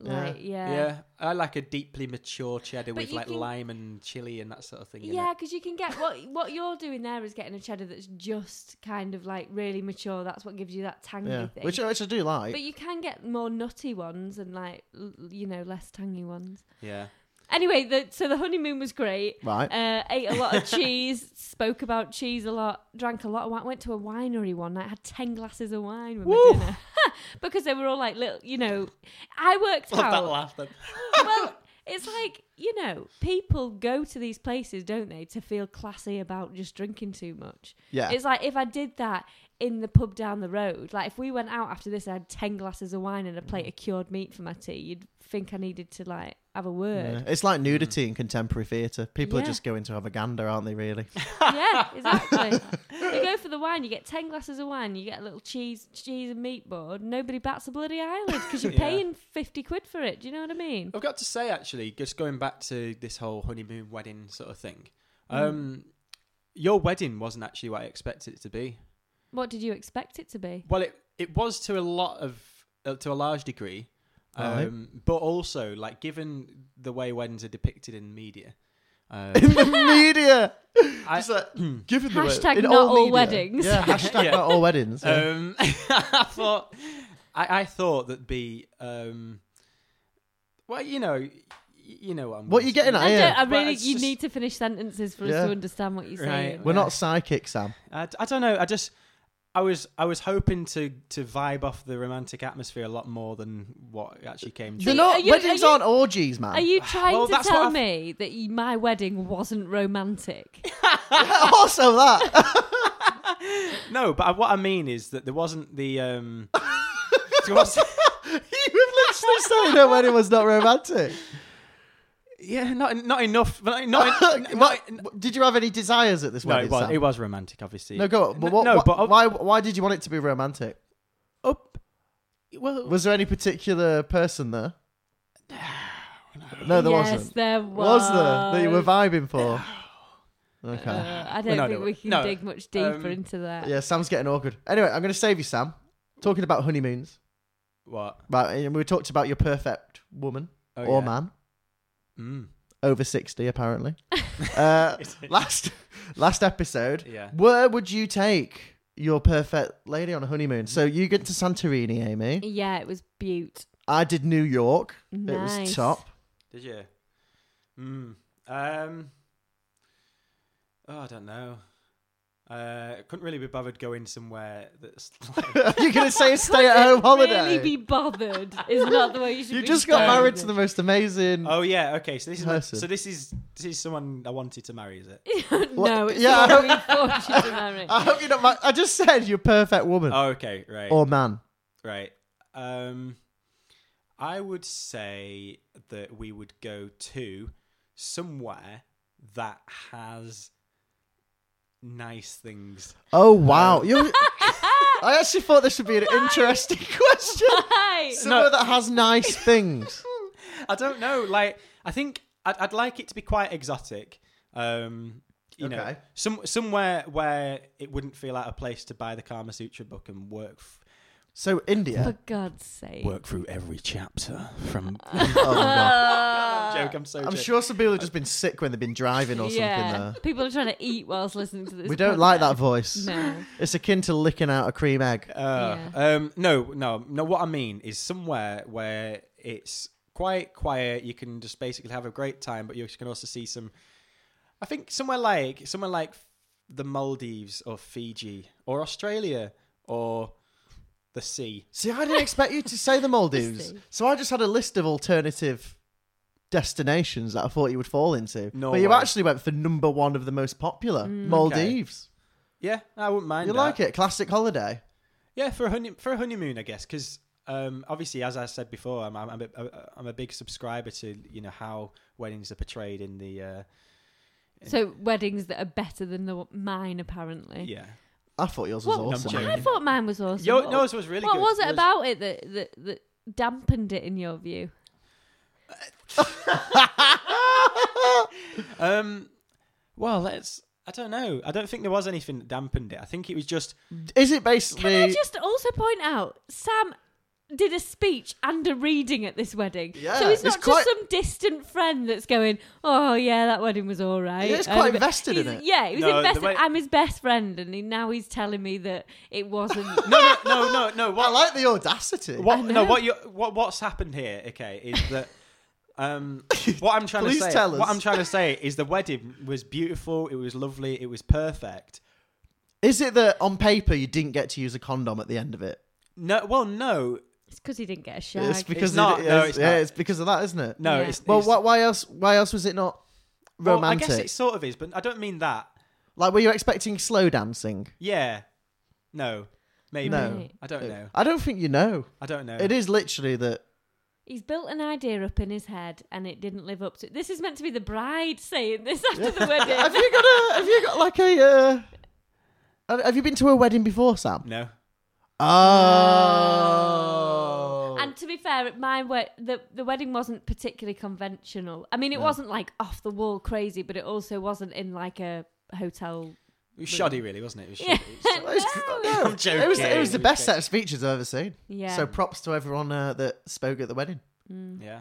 Speaker 1: Yeah.
Speaker 2: Like, yeah.
Speaker 3: yeah, I like a deeply mature cheddar
Speaker 2: But
Speaker 3: with
Speaker 2: you
Speaker 3: like
Speaker 2: can-
Speaker 3: lime and chili and that sort of thing. in it.
Speaker 2: Yeah, because you can get what what you're doing there is getting a cheddar that's just kind of like really mature. That's what gives you that tangy
Speaker 1: them. Yeah,
Speaker 2: thing.
Speaker 1: which, which I do like.
Speaker 2: But you can get more nutty ones and like l- you know less tangy ones.
Speaker 3: yeah.
Speaker 2: Anyway, the, so the honeymoon was great.
Speaker 1: right,
Speaker 2: Uh, ate a lot of cheese, spoke about cheese a lot, drank a lot of wine. Went to a winery one night, had ten glasses of wine with my
Speaker 1: Woo!
Speaker 2: dinner because they were all like little. You know, I worked
Speaker 3: Love that
Speaker 2: out.
Speaker 3: laugh. Then.
Speaker 2: well, it's like you know, people go to these places, don't they, to feel classy about just drinking too much.
Speaker 1: yeah,
Speaker 2: It's like if I did that in the pub down the road, like if we went out after this, I had 10 glasses of wine and a plate of cured meat for my tea, you'd think I needed to like have a
Speaker 1: Yeah.
Speaker 2: word.
Speaker 1: it's like
Speaker 3: Mm.
Speaker 1: nudity in contemporary theatre. People
Speaker 2: Yeah.
Speaker 1: are just going to have a gander, aren't they? Really?
Speaker 2: Yeah, exactly. you go for the wine, you get 10 glasses of wine, you get a little cheese cheese and meat board, nobody bats a bloody eyelid because you're
Speaker 3: Yeah.
Speaker 2: paying 50 quid for it. Do you know what I mean?
Speaker 3: I've got to say, actually, just going back to this whole honeymoon wedding sort of thing,
Speaker 1: Mm.
Speaker 3: um, your wedding wasn't actually what I expected it to be.
Speaker 2: What did you expect it to be?
Speaker 3: Well, it it was to a lot of uh, to a large degree,
Speaker 1: Right.
Speaker 3: um, but also like given the way weddings are depicted in media, um,
Speaker 1: in the media,
Speaker 3: I- um,
Speaker 1: Just like, given the way-
Speaker 2: Hashtag
Speaker 1: in
Speaker 2: not all weddings.
Speaker 1: Yeah, hashtag
Speaker 3: Yeah.
Speaker 1: not all weddings. yeah.
Speaker 3: um, I thought I, I thought that'd be um, well, you know, y- you know what I'm
Speaker 1: What
Speaker 3: gonna
Speaker 1: you getting
Speaker 3: say.
Speaker 1: at
Speaker 2: I,
Speaker 1: here?
Speaker 2: don't, I
Speaker 3: Well,
Speaker 2: really,
Speaker 3: it's
Speaker 2: you
Speaker 3: just-
Speaker 2: need to finish sentences for us
Speaker 1: Yeah.
Speaker 2: to understand what you're
Speaker 3: Right.
Speaker 2: saying.
Speaker 1: We're
Speaker 3: Yeah.
Speaker 1: not psychic, Sam.
Speaker 3: I, d- I don't know. I just I was I was hoping to to vibe off the romantic atmosphere a lot more than what actually came.
Speaker 1: They're
Speaker 3: True.
Speaker 2: you-
Speaker 1: not
Speaker 2: are you-
Speaker 1: weddings
Speaker 2: are you-
Speaker 1: aren't orgies, man.
Speaker 2: Are you trying
Speaker 3: Well,
Speaker 2: to
Speaker 3: that's
Speaker 2: tell
Speaker 3: what I've-
Speaker 2: me that y my wedding wasn't romantic?
Speaker 1: also that.
Speaker 3: No, but I, what I mean is that there wasn't the um. there was-
Speaker 1: you have literally said her wedding was not romantic.
Speaker 3: Yeah, not not enough. But not, not,
Speaker 1: What-
Speaker 3: not-
Speaker 1: did you have any desires at this
Speaker 3: no,
Speaker 1: wedding?
Speaker 3: it was,
Speaker 1: Sam?
Speaker 3: it was romantic, obviously.
Speaker 1: No, go on. But
Speaker 3: N-
Speaker 1: what,
Speaker 3: no,
Speaker 1: what-
Speaker 3: but uh, up-
Speaker 1: why? Why did you want it to be romantic?
Speaker 3: up. Well,
Speaker 1: Was there any particular person there? No, there
Speaker 2: yes,
Speaker 1: wasn't.
Speaker 2: there
Speaker 1: Was
Speaker 2: was.
Speaker 1: there that you were vibing for? Okay.
Speaker 2: Uh, I don't
Speaker 3: No,
Speaker 2: think
Speaker 3: no,
Speaker 2: we can
Speaker 3: no.
Speaker 2: dig much deeper
Speaker 3: Um,
Speaker 2: into that.
Speaker 1: yeah, Sam's getting awkward. Anyway, I'm going to save you, Sam. Talking about honeymoons,
Speaker 3: what?
Speaker 1: right? And we talked about your perfect woman
Speaker 3: Oh,
Speaker 1: or
Speaker 3: yeah.
Speaker 1: man
Speaker 3: Mm.
Speaker 1: over sixty, apparently. uh, last last episode,
Speaker 3: Yeah.
Speaker 1: where would you take your perfect lady on a honeymoon? So you get to Santorini, Amy.
Speaker 2: Yeah, it was Butte.
Speaker 1: I did New York.
Speaker 2: Nice.
Speaker 1: It was top.
Speaker 3: Did you? Mm. Um. Oh, I don't know. Uh, couldn't really be bothered going somewhere that's like,
Speaker 1: You're going to say a stay-at-home holiday?
Speaker 2: Really be bothered is not the way you should.
Speaker 1: You
Speaker 2: be
Speaker 1: just got
Speaker 2: describing
Speaker 1: married to
Speaker 2: it.
Speaker 1: the most amazing.
Speaker 3: oh yeah, okay. So this is my-
Speaker 1: Person.
Speaker 3: so this is this is someone I wanted to marry, is it?
Speaker 2: no, it's
Speaker 1: Yeah, Uh,
Speaker 2: yeah,
Speaker 1: I
Speaker 2: not we thought you to marry.
Speaker 1: I hope you're not. My, I just said you're a perfect woman
Speaker 3: Oh, okay, right,
Speaker 1: or man.
Speaker 3: right. Um, I would say that we would go to somewhere that has nice things.
Speaker 1: Oh wow! You, I actually thought this would be an interesting question.
Speaker 2: Hey,
Speaker 1: Somewhere that has nice things.
Speaker 3: I don't know. Like, I think I'd, I'd like it to be quite exotic. Um, you know,
Speaker 1: Okay.
Speaker 3: some somewhere where it wouldn't feel out of place to buy the Kama Sutra book and work f-
Speaker 1: So India.
Speaker 2: for God's sake.
Speaker 3: work through every chapter from.
Speaker 1: Oh, no.
Speaker 2: Uh,
Speaker 3: joke. I'm so.
Speaker 1: Uh, I'm
Speaker 3: joking.
Speaker 1: sure some
Speaker 3: Uh,
Speaker 1: people have just been sick when they've been driving or something.
Speaker 2: yeah,
Speaker 1: There.
Speaker 2: people are trying to eat whilst listening to this.
Speaker 1: We don't like that
Speaker 2: podcast.
Speaker 1: voice.
Speaker 2: No.
Speaker 1: It's akin to licking out a cream egg.
Speaker 3: Uh, Um, no, no, no. What I mean is somewhere where it's quite quiet. You can just basically have a great time, but you can also see some. I think somewhere like somewhere like the Maldives or Fiji or Australia or the sea.
Speaker 1: See, I didn't expect you to say the Maldives,
Speaker 2: Let's see.
Speaker 1: so I just had a list of alternative destinations that I thought you would fall into.
Speaker 3: No
Speaker 1: but you
Speaker 3: way.
Speaker 1: actually went for number one of the most popular,
Speaker 2: Mm.
Speaker 1: Maldives.
Speaker 3: Yeah, I wouldn't mind.
Speaker 1: You
Speaker 3: that.
Speaker 1: like it? Classic holiday.
Speaker 3: Yeah, for a honey, for a honeymoon, I guess, because um, obviously, as I said before, I'm I'm, I'm, a, uh, I'm a big subscriber to you know how weddings are portrayed in the uh,
Speaker 2: So weddings that are better than the mine apparently.
Speaker 3: yeah.
Speaker 1: I thought yours was
Speaker 2: What?
Speaker 1: awesome.
Speaker 3: I'm
Speaker 2: I thought mine was awesome.
Speaker 3: Yo,
Speaker 2: What-
Speaker 3: no, it was really
Speaker 2: what
Speaker 3: good.
Speaker 2: was it about it that, that that dampened it in your view?
Speaker 3: Um, well, let's. I don't know. I don't think there was anything that dampened it. I think it was just.
Speaker 1: Is it
Speaker 2: Can
Speaker 1: basically?
Speaker 2: I just also point out Sam did a speech and a reading at this wedding.
Speaker 1: Yeah,
Speaker 2: so he's
Speaker 1: it's
Speaker 2: not just
Speaker 1: quite-
Speaker 2: some distant friend that's going, "Oh yeah, that wedding was all right."
Speaker 1: Yeah, it's
Speaker 2: And-
Speaker 1: quite invested in
Speaker 2: he's-
Speaker 1: it.
Speaker 2: Yeah, he was
Speaker 3: No, the
Speaker 2: invested.
Speaker 3: way-
Speaker 2: I'm his best friend, and he, now he's telling me that it wasn't.
Speaker 3: No, no, no, no, no.
Speaker 1: I
Speaker 3: What,
Speaker 1: like the audacity.
Speaker 3: what,
Speaker 2: I
Speaker 3: no,
Speaker 2: know.
Speaker 3: what you, what, what's happened here? Okay, is that. Um, what I'm trying to
Speaker 1: Please
Speaker 3: say,
Speaker 1: tell
Speaker 3: what
Speaker 1: us.
Speaker 3: I'm trying to say is the wedding was beautiful. It was lovely. It was perfect.
Speaker 1: Is it that on paper you didn't get to use a condom at the end of it?
Speaker 3: No, well, no,
Speaker 2: it's because he didn't get a shag.
Speaker 1: It's because of
Speaker 3: not.
Speaker 1: it-
Speaker 3: No,
Speaker 1: it's-
Speaker 3: it's
Speaker 1: yeah,
Speaker 3: not.
Speaker 1: it's because of that, isn't it?
Speaker 3: no.
Speaker 2: Yeah.
Speaker 3: It's,
Speaker 1: Well,
Speaker 3: it's-
Speaker 1: why, why else? Why else was it not
Speaker 3: well,
Speaker 1: romantic?
Speaker 3: I guess it sort of is, but I don't mean that.
Speaker 1: Like, were you expecting slow dancing?
Speaker 3: Yeah, no, maybe.
Speaker 1: No.
Speaker 3: I don't know.
Speaker 1: I don't think you know.
Speaker 3: I don't know.
Speaker 1: It is literally that.
Speaker 2: He's built an idea up in his head, and it didn't live up to. This is meant to be the bride saying this after the wedding.
Speaker 1: Have you got a? Have you got like a? Uh, have- have you been to a wedding before, Sam?
Speaker 3: No.
Speaker 1: Oh.
Speaker 2: And to be fair, at my we- the the wedding wasn't particularly conventional. I mean, it wasn't like off the wall crazy, but it also wasn't in like a hotel.
Speaker 3: It was shoddy, really, wasn't it? It was
Speaker 2: Yeah.
Speaker 3: shoddy. It was
Speaker 1: Well, it's- no,
Speaker 3: I'm joking.
Speaker 1: It was, it was the
Speaker 3: I'm
Speaker 1: best
Speaker 3: joking.
Speaker 1: set of speeches I've ever seen.
Speaker 2: Yeah.
Speaker 1: So props to everyone uh, that spoke at the wedding.
Speaker 3: Yeah.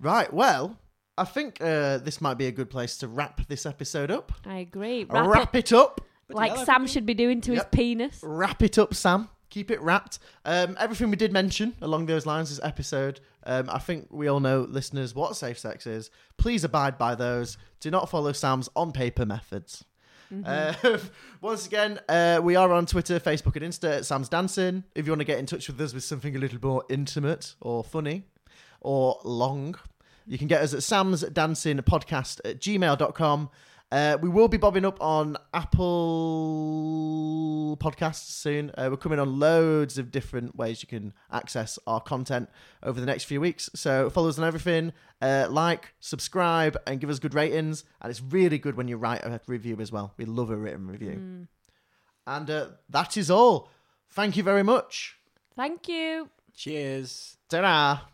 Speaker 1: Right. Well, I think uh, this might be a good place to wrap this episode up.
Speaker 2: I agree. Wrap
Speaker 1: Wrap,
Speaker 2: it
Speaker 1: it up.
Speaker 2: like
Speaker 3: hell,
Speaker 2: Sam should be doing to
Speaker 1: Yep.
Speaker 2: his penis.
Speaker 1: Wrap it up, Sam. Keep it wrapped. Um, everything we did mention along those lines this episode, um, I think we all know, listeners, what safe sex is. Please abide by those. Do not follow Sam's on paper methods. Uh, once again, uh, we are on Twitter, Facebook, and Insta at Sam's Dancing. If you want to get in touch with us with something a little more intimate or funny or long, you can get us at Sam's Dancing Podcast at gmail.com. Uh, we will be bobbing up on Apple podcasts soon. Uh, we're coming on loads of different ways you can access our content over the next few weeks. So follow us on everything, uh, like, subscribe, and give us good ratings. And it's really good when you write a review as well. We love a written review. And uh, that is all. Thank you very much.
Speaker 2: Thank you.
Speaker 3: Cheers.
Speaker 1: Ta-ra.